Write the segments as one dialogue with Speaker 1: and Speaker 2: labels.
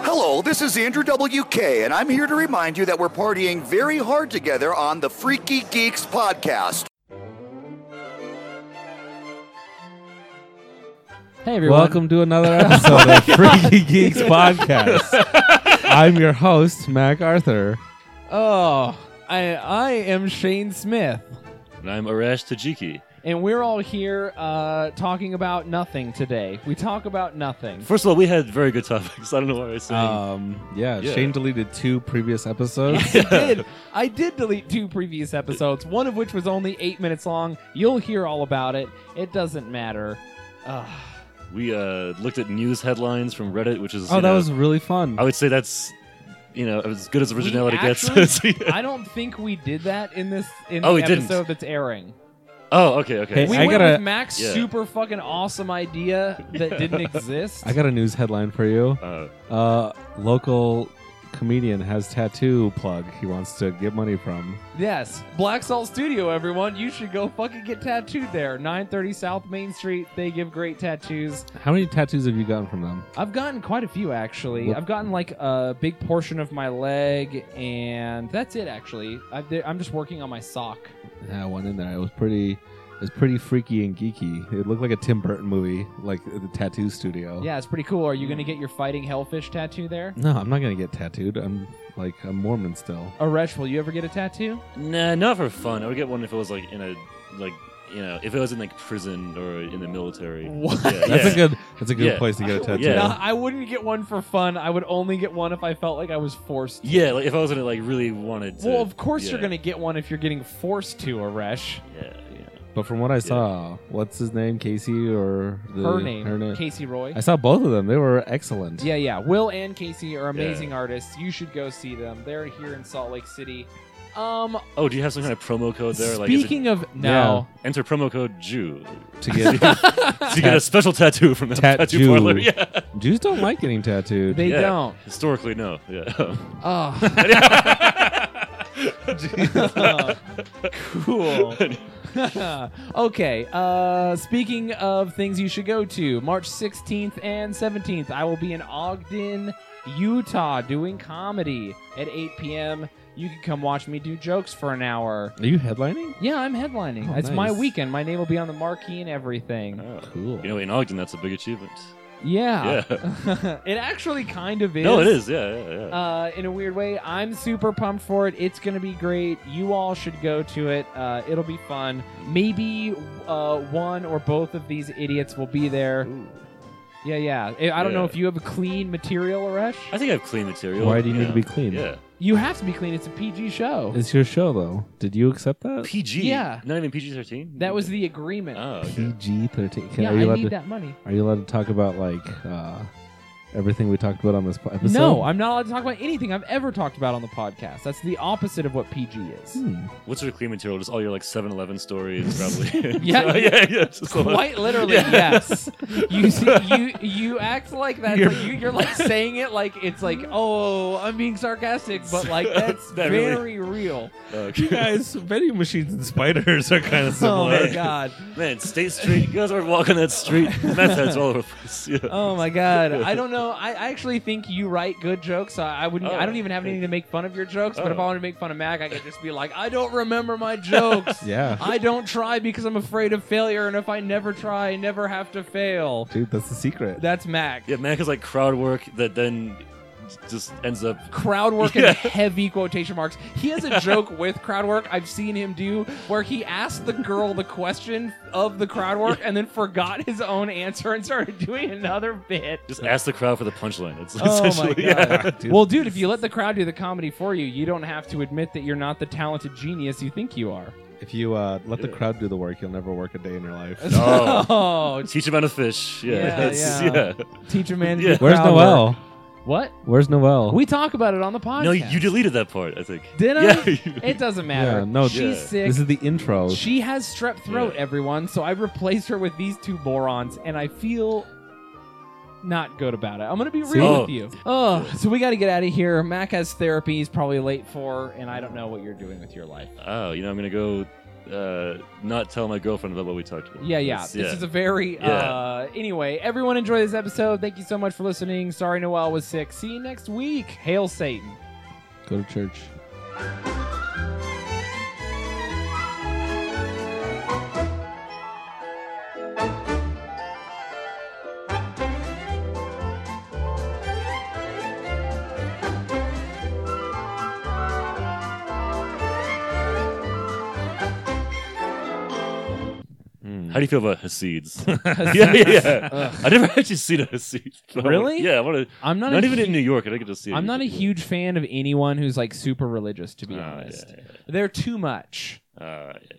Speaker 1: Hello, this is Andrew WK, and I'm here to remind you that we're partying very hard together on the Freaky Geeks podcast.
Speaker 2: Hey everyone.
Speaker 3: Welcome to another episode of Freaky Geeks Podcast. I'm your host, Mac Arthur.
Speaker 2: Oh, I I am Shane Smith,
Speaker 4: And I'm Arash Tajiki.
Speaker 2: and we're all here uh, talking about nothing today. We talk about nothing.
Speaker 4: First of all, we had very good topics. I don't know why I was saying.
Speaker 3: Um, yeah,
Speaker 4: Yeah.
Speaker 3: Shane deleted two previous episodes.
Speaker 2: I did. I did delete two previous episodes, one of which was only eight minutes long. You'll hear all about it. It doesn't matter. Ugh.
Speaker 4: we uh, looked at news headlines from Reddit, which is
Speaker 3: oh,
Speaker 4: you
Speaker 3: that
Speaker 4: know,
Speaker 3: was really fun.
Speaker 4: I would say that's you know as good as originality
Speaker 2: We
Speaker 4: gets.
Speaker 2: actually-
Speaker 4: Yeah.
Speaker 2: I don't think we did that in this in
Speaker 4: Oh,
Speaker 2: the
Speaker 4: we didn't.
Speaker 2: episode that's airing.
Speaker 4: oh, okay, okay.
Speaker 3: Hey,
Speaker 2: We
Speaker 3: I
Speaker 2: went
Speaker 3: gotta-
Speaker 2: with Mac's
Speaker 4: Yeah.
Speaker 2: super fucking awesome idea that didn't exist.
Speaker 3: I got a news headline for you.
Speaker 4: Uh,
Speaker 3: Uh, local comedian has tattoo plug he wants to get money from.
Speaker 2: Yes, Black Salt Studio, everyone. You should go fucking get tattooed there. 930 South Main Street. They give great tattoos.
Speaker 3: How many tattoos have you gotten from them?
Speaker 2: I've gotten quite a few, actually.
Speaker 3: Look-
Speaker 2: I've gotten like a big portion of my leg, and that's it, actually. I've, there- I'm just working on my sock.
Speaker 3: Yeah, one in there. It was pretty. It was pretty freaky and geeky. It looked like a Tim Burton movie, like the tattoo studio.
Speaker 2: Yeah, it's pretty cool. Are you going to get your fighting hellfish tattoo there?
Speaker 3: No, I'm not gonna get tattooed. I'm like a Mormon still.
Speaker 2: Aresh, will you ever get a tattoo?
Speaker 4: nah, not for fun. I would get one if it was like in a like you know if it was in like prison or in the military.
Speaker 2: What?
Speaker 4: Yeah,
Speaker 3: That's
Speaker 4: yeah.
Speaker 3: a good. That's a good
Speaker 4: Yeah.
Speaker 3: place to get a tattoo.
Speaker 4: Yeah.
Speaker 2: No, I wouldn't get one for fun. I would only get one if I felt like I was forced to.
Speaker 4: Yeah, like if I was gonna like really wanted to.
Speaker 2: Well, of course you're
Speaker 4: yeah,
Speaker 2: going to get one if you're getting forced to, Aresh.
Speaker 4: Yeah, yeah.
Speaker 3: But from what I saw, what's his name, Casey or the,
Speaker 2: her name, Casey Roy.
Speaker 3: I saw both of them. They were excellent.
Speaker 2: Yeah, yeah. Will and Casey are
Speaker 4: Yeah.
Speaker 2: amazing artists. You should go see them. They're here in Salt Lake City. Um,
Speaker 4: Oh, do you have some kind of promo code there? Like, is it-
Speaker 2: speaking of no,
Speaker 4: enter promo code Jew
Speaker 3: To get
Speaker 4: to get a special tattoo from the
Speaker 3: Tat-
Speaker 4: tattoo
Speaker 3: Jew.
Speaker 4: parlor. Yeah.
Speaker 3: Jews don't like getting tattooed.
Speaker 2: they
Speaker 4: Yeah.
Speaker 2: don't.
Speaker 4: Historically, no. Yeah.
Speaker 2: Oh, cool. okay. Uh, speaking of things you should go to, March 16th and 17th, I will be in Ogden, Utah, doing comedy at 8 p.m. You can come watch me do jokes for an hour.
Speaker 3: Are you headlining?
Speaker 2: Yeah, I'm headlining.
Speaker 3: Oh,
Speaker 2: it's my
Speaker 3: nice.
Speaker 2: weekend. My name will be on the marquee and everything.
Speaker 4: Uh,
Speaker 3: Cool.
Speaker 4: You know, in Ogden, that's a big achievement.
Speaker 2: Yeah.
Speaker 4: Yeah.
Speaker 2: it actually kind of is.
Speaker 4: No, it is. Yeah, yeah, yeah.
Speaker 2: Uh, in a weird way, I'm super pumped for it. It's going to be great. You all should go to it. Uh, it'll be fun. Maybe uh, one or both of these idiots will be there. Yeah, yeah. I I don't know
Speaker 4: Yeah.
Speaker 2: if you have a clean material, Resh.
Speaker 4: I think I have clean material.
Speaker 3: Why do you need
Speaker 4: Yeah.
Speaker 3: to be clean?
Speaker 4: Yeah.
Speaker 2: You have to be clean. It's a PG show.
Speaker 3: It's your show though. Did you accept that?
Speaker 4: PG.
Speaker 2: Yeah.
Speaker 4: Not even PG 13?
Speaker 2: that was the agreement.
Speaker 4: Oh, okay.
Speaker 3: PG thirteen.
Speaker 2: yeah,
Speaker 3: are you
Speaker 2: I
Speaker 3: allowed
Speaker 2: need
Speaker 3: to?
Speaker 2: that money.
Speaker 3: Are you allowed to talk about like uh, everything we talked about on this po- episode?
Speaker 2: no, I'm not allowed to talk about anything I've ever talked about on the podcast. That's the opposite of what PG is.
Speaker 3: Hmm.
Speaker 4: What's your clean material? Just all your like 7 Eleven stories, probably.
Speaker 2: Yeah.
Speaker 4: So, yeah, yeah. it's just a lot.
Speaker 2: Quite literally,
Speaker 4: Yeah.
Speaker 2: yes. You see- you you act like that. You're, like, you, you're like saying it like it's like, oh, I'm being sarcastic, but like that's
Speaker 4: That really-
Speaker 2: very real.
Speaker 4: Okay.
Speaker 3: guys, vending machines and spiders are kind of
Speaker 2: Oh my
Speaker 4: man.
Speaker 2: god.
Speaker 4: Man, State Street. You guys are walking that street. Meth heads all over the place. Yeah.
Speaker 2: Oh my god. I don't know. I, I actually think you write good jokes. So I wouldn't. I
Speaker 4: Oh,
Speaker 2: don't even have
Speaker 4: thank
Speaker 2: anything to make fun of your jokes. But if I
Speaker 4: Oh.
Speaker 2: want to make fun of Mac, I could just be like, I don't remember my jokes.
Speaker 3: Yeah.
Speaker 2: I don't try because I'm afraid of failure, and if I never try, I never have to fail.
Speaker 3: Dude, that's the secret.
Speaker 2: That's Mac.
Speaker 4: Yeah, man, because like crowd work that then just ends up.
Speaker 2: crowd work in
Speaker 4: Yeah.
Speaker 2: heavy quotation marks. He has a joke with crowd work I've seen him do where he asked the girl the question of the crowd work and then forgot his own answer and started doing another bit.
Speaker 4: Just ask the crowd for the punchline. It's
Speaker 2: Oh my
Speaker 4: essentially.
Speaker 2: God.
Speaker 4: Yeah.
Speaker 3: Dude,
Speaker 2: Well, dude, if you let the crowd do the comedy for you, you don't have to admit that you're not the talented genius you think you are.
Speaker 3: if you uh, let the
Speaker 4: Yeah.
Speaker 3: crowd do the work, you'll never work a day in your life.
Speaker 4: Oh.
Speaker 2: Oh,
Speaker 4: Teach a man to fish. Yeah.
Speaker 2: Yeah,
Speaker 4: It's-
Speaker 2: yeah.
Speaker 4: yeah.
Speaker 2: teacher man.
Speaker 4: Yeah.
Speaker 3: Where's Noel?
Speaker 2: What?
Speaker 3: Where's Noel?
Speaker 2: We talk about it on the podcast.
Speaker 4: No, you deleted that part, I think.
Speaker 2: Did I?
Speaker 4: Yeah, you-
Speaker 2: It doesn't matter.
Speaker 3: yeah, no,
Speaker 2: She's
Speaker 4: Yeah.
Speaker 2: sick.
Speaker 3: this is the intro.
Speaker 2: She has strep throat,
Speaker 4: Yeah.
Speaker 2: everyone, so I replaced her with these two morons, and I feel not good about it. I'm gonna be
Speaker 3: See?
Speaker 2: real
Speaker 4: Oh.
Speaker 2: with you. Oh, so we gotta get out of here. Mac has therapy he's probably late for, and I don't know what you're doing with your life.
Speaker 4: Oh, you know, I'm gonna go uh, not tell my girlfriend about what we talked about.
Speaker 2: Yeah, yeah.
Speaker 4: It's-
Speaker 2: This is a very. Uh, anyway, everyone enjoy this episode. Thank you so much for listening. Sorry Noel was sick. See you next week. Hail Satan.
Speaker 3: Go to church.
Speaker 4: How do you feel about Hasids? yeah,
Speaker 2: Hasids.
Speaker 4: yeah, yeah.
Speaker 2: Ugh.
Speaker 4: I never actually seen a Hasid. but I wanna-
Speaker 2: Really?
Speaker 4: Yeah, I want to.
Speaker 2: I'm not,
Speaker 4: Not,
Speaker 2: a
Speaker 4: even
Speaker 2: hu-
Speaker 4: in New York. I didn't get to see.
Speaker 2: I'm
Speaker 4: it.
Speaker 2: not a huge fan of anyone who's like super religious. To
Speaker 4: Ah,
Speaker 2: be
Speaker 4: yeah,
Speaker 2: honest,
Speaker 4: yeah, yeah.
Speaker 2: they're too much.
Speaker 4: Ah, yeah.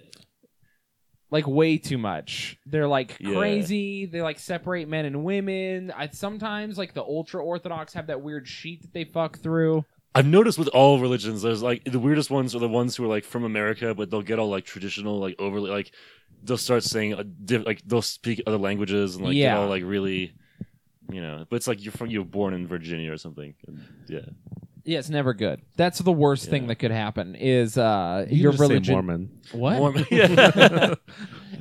Speaker 2: like way too much. They're like
Speaker 4: Yeah.
Speaker 2: crazy. They like separate men and women. I sometimes like the ultra orthodox have that weird sheet that they fuck through.
Speaker 4: I've noticed with all religions, there's like the weirdest ones are the ones who are like from America, but they'll get all like traditional, like overly, like they'll start saying a diff- like they'll speak other languages and like
Speaker 2: Yeah.
Speaker 4: get all like really, you know. But it's like you're from you're born in Virginia or something. And, yeah,
Speaker 2: Yeah, it's never good. That's the worst thing
Speaker 4: Yeah.
Speaker 2: that could happen is uh
Speaker 3: You can
Speaker 2: your
Speaker 3: just say
Speaker 2: religion.
Speaker 3: Mormon.
Speaker 2: What?
Speaker 4: Mormon- yeah.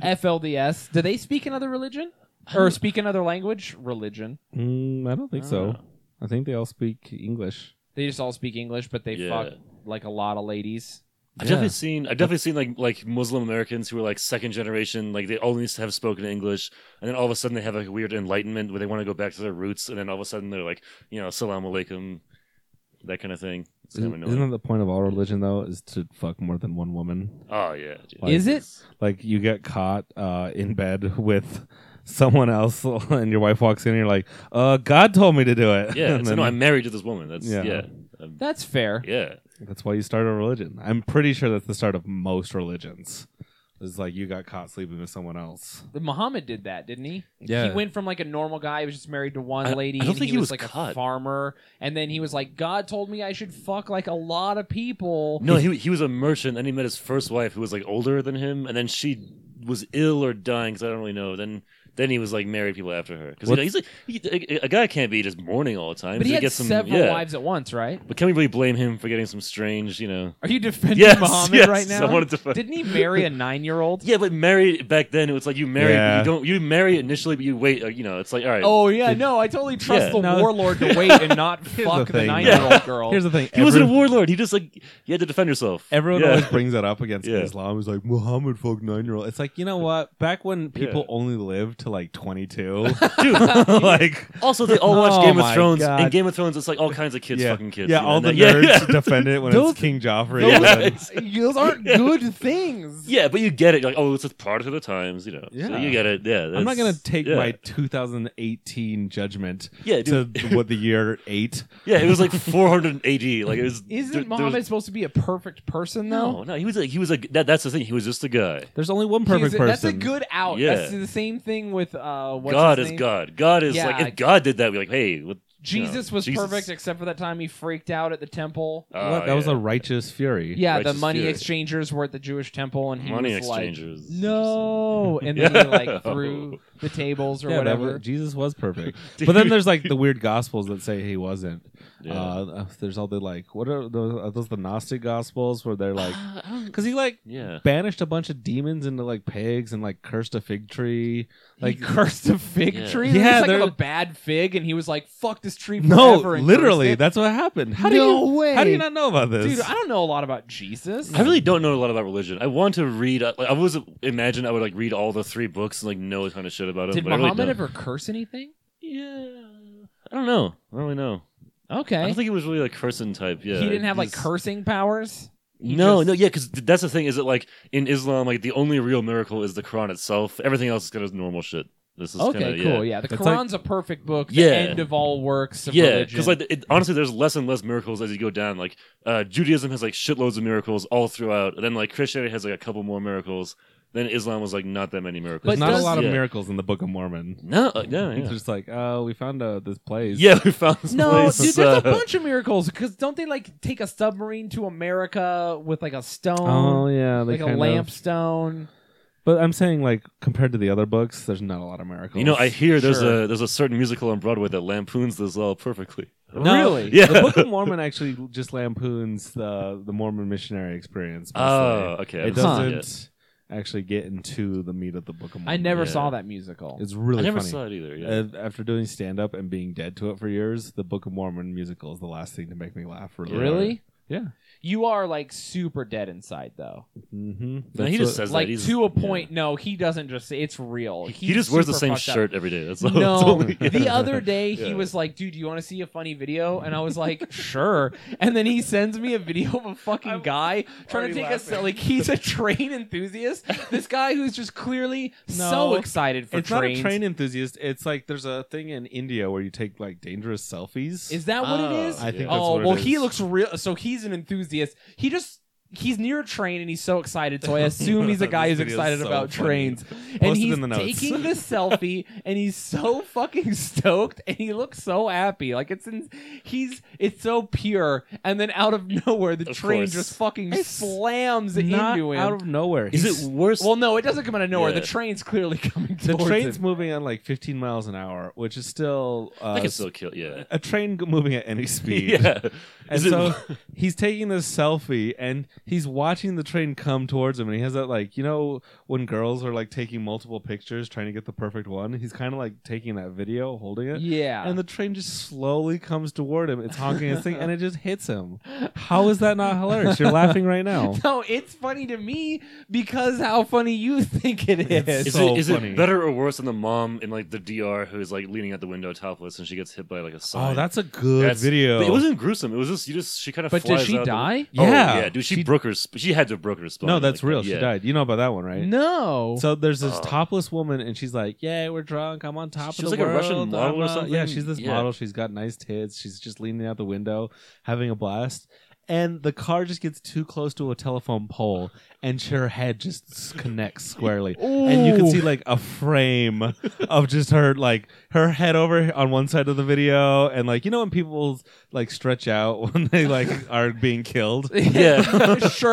Speaker 2: FLDS. Do they speak another religion? Or speak another language? Religion.
Speaker 3: Mm, I don't think
Speaker 4: I
Speaker 3: so.
Speaker 4: don't know.
Speaker 3: I think they all speak English.
Speaker 2: They just all speak English, but they
Speaker 4: Yeah.
Speaker 2: fuck like a lot of ladies.
Speaker 4: I've
Speaker 3: Yeah.
Speaker 4: definitely seen I've definitely seen like like Muslim Americans who are like second generation, like they only have spoken English, and then all of a sudden they have like a weird enlightenment where they want to go back to their roots, and then all of a sudden they're like, you know, salam alaikum, that kind of thing. It's kind of
Speaker 3: Isn't,
Speaker 4: annoying.
Speaker 3: isn't that the point of all religion though? Is to fuck more than one woman.
Speaker 4: oh yeah, dude.
Speaker 2: Is it?
Speaker 3: Like you get caught uh, in bed with someone else, and your wife walks in, and you're like, "Uh, God told me to do it."
Speaker 4: Yeah,
Speaker 3: And
Speaker 4: it's,
Speaker 3: then-
Speaker 4: no, I'm married to this woman. That's
Speaker 3: Yeah.
Speaker 4: yeah, yeah. Um,
Speaker 2: That's fair.
Speaker 4: yeah.
Speaker 3: That's why you start a religion. I'm pretty sure that's the start of most religions. It's like you got caught sleeping with someone else.
Speaker 2: Muhammad did that, didn't he?
Speaker 3: Yeah.
Speaker 2: He went from like a normal guy who was just married to one
Speaker 4: I-
Speaker 2: lady
Speaker 4: I don't
Speaker 2: and
Speaker 4: think
Speaker 2: he
Speaker 4: he
Speaker 2: was,
Speaker 4: was
Speaker 2: like a
Speaker 4: cut.
Speaker 2: farmer and then he was like God told me I should fuck like a lot of people.
Speaker 4: No, he he was a merchant, and he met his first wife, who was like older than him, and then she was ill or dying because I don't really know. Then then he was like married people after her because
Speaker 3: What's-
Speaker 4: he's like he, a, a guy can't be just mourning all the time.
Speaker 2: but he
Speaker 4: So
Speaker 2: had
Speaker 4: gets some-
Speaker 2: several
Speaker 4: yeah.
Speaker 2: wives at once, right?
Speaker 4: But can we really blame him for getting some strange, you know?
Speaker 2: Are you defending
Speaker 4: Yes,
Speaker 2: Muhammad
Speaker 4: yes,
Speaker 2: right now?
Speaker 4: I wanted to find-
Speaker 2: Didn't he marry a 9-year-old?
Speaker 4: Yeah, but married back then, it was like you marry,
Speaker 3: Yeah.
Speaker 4: but you don't, you marry initially, but you wait. Uh, you know, it's like all right.
Speaker 2: Oh yeah, no, I totally trust
Speaker 4: Yeah.
Speaker 2: the
Speaker 3: No.
Speaker 2: warlord to wait and not
Speaker 3: Here's
Speaker 2: fuck
Speaker 3: the
Speaker 2: the
Speaker 3: thing.
Speaker 2: 9-year-old girl.
Speaker 3: Here's the thing.
Speaker 4: he wasn't a warlord. He just like you had to defend yourself.
Speaker 3: Everyone
Speaker 4: Yeah.
Speaker 3: always brings that up against
Speaker 4: Yeah.
Speaker 3: Islam. Is like Muhammad fucked nine year old. It's like you know what? Back when people
Speaker 4: Yeah.
Speaker 3: only lived to like twenty two,
Speaker 4: Dude,
Speaker 3: like
Speaker 4: Also, they all watch
Speaker 3: Oh
Speaker 4: Game of
Speaker 3: my
Speaker 4: Thrones.
Speaker 3: God.
Speaker 4: In Game of Thrones, it's like all kinds of kids,
Speaker 3: yeah,
Speaker 4: fucking kids.
Speaker 3: yeah,
Speaker 4: you know,
Speaker 3: all
Speaker 4: and
Speaker 3: the
Speaker 4: then- yeah,
Speaker 3: nerds
Speaker 4: yeah.
Speaker 3: defend it when
Speaker 2: Those-
Speaker 3: it's King Joffrey.
Speaker 4: those-
Speaker 3: and then-
Speaker 4: it's-
Speaker 2: Those aren't good things.
Speaker 4: Yeah, but you get it. You're like, oh, it's a product of the times, you know. So
Speaker 3: Yeah.
Speaker 4: you get it. Yeah.
Speaker 3: I'm not
Speaker 4: that's-
Speaker 3: gonna take
Speaker 4: yeah.
Speaker 3: my 2018 judgment
Speaker 4: Yeah,
Speaker 3: to
Speaker 4: dude.
Speaker 3: what the year eight.
Speaker 4: Yeah, it was like 400 AD. Like it was.
Speaker 2: Isn't
Speaker 4: there- there
Speaker 2: Muhammad
Speaker 4: was-
Speaker 2: supposed to be a perfect person though?
Speaker 4: No, no, he was like he was like that, that's the thing. He was just a guy.
Speaker 3: There's only one
Speaker 2: He's
Speaker 3: perfect
Speaker 2: a-
Speaker 3: person.
Speaker 2: That's a good out.
Speaker 4: Yeah.
Speaker 2: That's the same thing with uh what's
Speaker 4: God
Speaker 2: his
Speaker 4: is
Speaker 2: name?
Speaker 4: God. God is
Speaker 2: Yeah,
Speaker 4: like
Speaker 2: I-
Speaker 4: if God did that, we're like, hey, what, you know,
Speaker 2: Jesus was
Speaker 4: Jesus.
Speaker 2: perfect except for that time he freaked out at the temple.
Speaker 4: Oh,
Speaker 3: What? that was
Speaker 4: yeah.
Speaker 3: a righteous fury.
Speaker 2: Yeah, the
Speaker 4: Righteous
Speaker 2: money
Speaker 4: Fury.
Speaker 2: exchangers were at the Jewish temple, and he
Speaker 4: money
Speaker 2: was like,
Speaker 4: exchangers.
Speaker 2: "No!" And then he
Speaker 4: Yeah.
Speaker 2: like threw the tables or
Speaker 3: Yeah, that
Speaker 2: whatever.
Speaker 3: was- Jesus was perfect.
Speaker 4: Dude.
Speaker 3: but then there's like the weird gospels that say he wasn't.
Speaker 4: Yeah.
Speaker 3: Uh, there's all the like, what are those? Are those the Gnostic gospels where they're like, because he like
Speaker 4: Yeah.
Speaker 3: banished a bunch of demons into like pigs and like cursed a fig tree.
Speaker 2: like
Speaker 3: Like,
Speaker 2: he cursed a fig
Speaker 4: Yeah.
Speaker 2: tree.
Speaker 3: Yeah,
Speaker 2: Yeah, like
Speaker 3: there-
Speaker 2: of a bad fig, and he was like, "Fuck this tree!"
Speaker 3: no,
Speaker 2: forever," and
Speaker 3: literally,
Speaker 2: cursed it.
Speaker 3: that's what happened. How do
Speaker 2: No
Speaker 3: you?
Speaker 2: way.
Speaker 3: How do you not know about this?
Speaker 2: dude. I don't know a lot about Jesus.
Speaker 4: I really don't know a lot about religion. I want to read. uh, Like, I was imagine I would like read all the three books and like know a ton of shit about it.
Speaker 2: Did
Speaker 4: but
Speaker 2: Muhammad
Speaker 4: I really don't.
Speaker 2: ever curse anything?
Speaker 4: Yeah, I don't know. I don't really know. I
Speaker 2: Okay,
Speaker 4: don't think it was really like person type. Yeah,
Speaker 2: he didn't have like
Speaker 4: Just-
Speaker 2: cursing powers. He
Speaker 4: No,
Speaker 2: just-
Speaker 4: no, yeah, because that's the thing is that like in Islam, like the only real miracle is the Quran itself. Everything else is kind of normal shit. This is
Speaker 2: Okay,
Speaker 4: kinda,
Speaker 2: cool. Yeah, the
Speaker 3: That's like-
Speaker 2: Quran's a perfect book. The
Speaker 4: Yeah.
Speaker 2: end of all works. Of
Speaker 4: Yeah,
Speaker 2: religion.
Speaker 4: because like it, honestly, there's less and less miracles as you go down. Like uh, Judaism has like shitloads of miracles all throughout, and then like Christianity has like a couple more miracles. Then Islam was like not that many miracles.
Speaker 3: There's
Speaker 2: But
Speaker 3: not
Speaker 2: does-
Speaker 3: a lot of
Speaker 4: Yeah.
Speaker 3: miracles in the Book of Mormon.
Speaker 4: No, uh, no,
Speaker 3: It's
Speaker 4: yeah,
Speaker 3: just like, oh, we found uh, this place.
Speaker 4: yeah, we found this
Speaker 2: No,
Speaker 4: place.
Speaker 2: dude, there's a
Speaker 4: uh,
Speaker 2: bunch of miracles because don't they like take a submarine to America with like a
Speaker 3: Oh
Speaker 2: stone,
Speaker 3: yeah, they
Speaker 2: like a
Speaker 3: kind of-
Speaker 2: lampstone?
Speaker 3: But I'm saying, like, compared to the other books, there's not a lot of miracles.
Speaker 4: You know, I hear there's
Speaker 2: Sure.
Speaker 4: a there's a certain musical on Broadway that lampoons this all perfectly.
Speaker 3: No,
Speaker 2: Really?
Speaker 4: Yeah.
Speaker 3: The Book of Mormon actually just lampoons the the Mormon missionary experience. mostly.
Speaker 4: Oh, okay. I
Speaker 3: it
Speaker 4: was- yeah.
Speaker 3: doesn't. actually get into the meat of the Book of
Speaker 2: I
Speaker 3: Mormon.
Speaker 2: never
Speaker 4: Yeah.
Speaker 2: saw that musical.
Speaker 3: It's really
Speaker 4: I never
Speaker 3: funny.
Speaker 4: saw it either. Yeah.
Speaker 3: Uh, After doing stand up and being dead to it for years, the Book of Mormon musical is the last thing to make me laugh. Really?
Speaker 2: really?
Speaker 3: Yeah.
Speaker 2: You are like super dead inside though.
Speaker 3: Mm-hmm.
Speaker 4: No, he just says
Speaker 2: like
Speaker 4: that. He's,
Speaker 2: to a point. No, he doesn't just say it's real.
Speaker 4: He,
Speaker 2: He's
Speaker 4: just wears the
Speaker 2: super
Speaker 4: same
Speaker 2: fucked up.
Speaker 4: shirt every day. That's all. that's
Speaker 2: No,
Speaker 4: only-
Speaker 2: the other day he
Speaker 4: Yeah.
Speaker 2: was like, "Dude, you want to see a funny video?" And I was like, "Sure." And then he sends me a video of a fucking guy trying to
Speaker 5: already
Speaker 2: take a se-
Speaker 5: laughing.
Speaker 2: like he's a train enthusiast. This guy who's just clearly so
Speaker 3: No,
Speaker 2: excited for
Speaker 3: it's
Speaker 2: trains.
Speaker 3: not a train enthusiast. It's like there's a thing in India where you take like dangerous selfies.
Speaker 2: Is that what it
Speaker 4: Oh,
Speaker 2: is?
Speaker 3: I think.
Speaker 4: Yeah.
Speaker 3: That's
Speaker 2: oh
Speaker 3: what it
Speaker 2: well, he
Speaker 3: is.
Speaker 2: looks real. So he's an enthusiast. He just. He's near a train and he's so excited, so I assume he's a guy who's
Speaker 3: This video's
Speaker 2: excited
Speaker 3: so
Speaker 2: about
Speaker 3: funny.
Speaker 2: trains. and
Speaker 3: Post it
Speaker 2: he's
Speaker 3: in the notes.
Speaker 2: taking the selfie and he's so fucking stoked and he looks so happy. Like it's in, he's it's so pure. And then out of nowhere, the
Speaker 4: Of
Speaker 2: train
Speaker 4: course.
Speaker 2: just fucking
Speaker 3: It's
Speaker 2: slams
Speaker 3: not
Speaker 2: into him.
Speaker 3: out of nowhere.
Speaker 4: Is it worse?
Speaker 2: well, no, it doesn't come out of nowhere.
Speaker 4: Yeah.
Speaker 2: The train's clearly coming.
Speaker 3: the
Speaker 2: towards
Speaker 3: train's
Speaker 2: him.
Speaker 3: moving on like 15 miles an hour, which is still uh,
Speaker 4: I can still kill. Yeah.
Speaker 3: a train g- moving at any speed.
Speaker 4: Yeah.
Speaker 3: And
Speaker 4: Is it-
Speaker 3: so he's taking this selfie and he's watching the train come towards him. And he has that, like, you know, when girls are like taking multiple pictures trying to get the perfect one, he's kind of like taking that video, holding it.
Speaker 2: Yeah,
Speaker 3: And the train just slowly comes toward him. It's honking his thing and it just hits him. How is that not hilarious? You're laughing right now.
Speaker 2: No, it's funny to me because how funny you think it is.
Speaker 3: It's
Speaker 4: is
Speaker 3: so
Speaker 4: it is
Speaker 3: funny.
Speaker 4: it better or worse than the mom in like the DR who's like leaning out the window topless and she gets hit by like a sign?
Speaker 3: Oh, that's a good
Speaker 4: That's-
Speaker 3: video.
Speaker 4: It wasn't gruesome. It was just you just she kind of.
Speaker 2: but
Speaker 4: flies
Speaker 2: does she
Speaker 4: out the-
Speaker 2: die?
Speaker 4: Oh,
Speaker 3: Yeah.
Speaker 4: yeah, dude. She,
Speaker 3: She-
Speaker 4: broke her. Sp- she had to have broke her spine.
Speaker 3: no, that's
Speaker 4: like,
Speaker 3: real.
Speaker 4: yeah.
Speaker 3: She died. You know about that one, right?
Speaker 2: No.
Speaker 3: So there's this
Speaker 4: Oh.
Speaker 3: topless woman, and she's like, "Yeah, we're drunk. I'm on top
Speaker 4: She
Speaker 3: of the
Speaker 4: was like a
Speaker 3: world."
Speaker 4: Russian
Speaker 3: I'm
Speaker 4: model or
Speaker 3: on-"
Speaker 4: something?
Speaker 3: Yeah, she's this
Speaker 4: Yeah.
Speaker 3: model. She's got nice tits. She's just leaning out the window, having a blast. And the car just gets too close to a telephone pole, and her head just s- connects squarely. And you can see like a frame of just her, like her head over on one side of the video, and like you know when people like stretch out when they like are being killed.
Speaker 4: Yeah.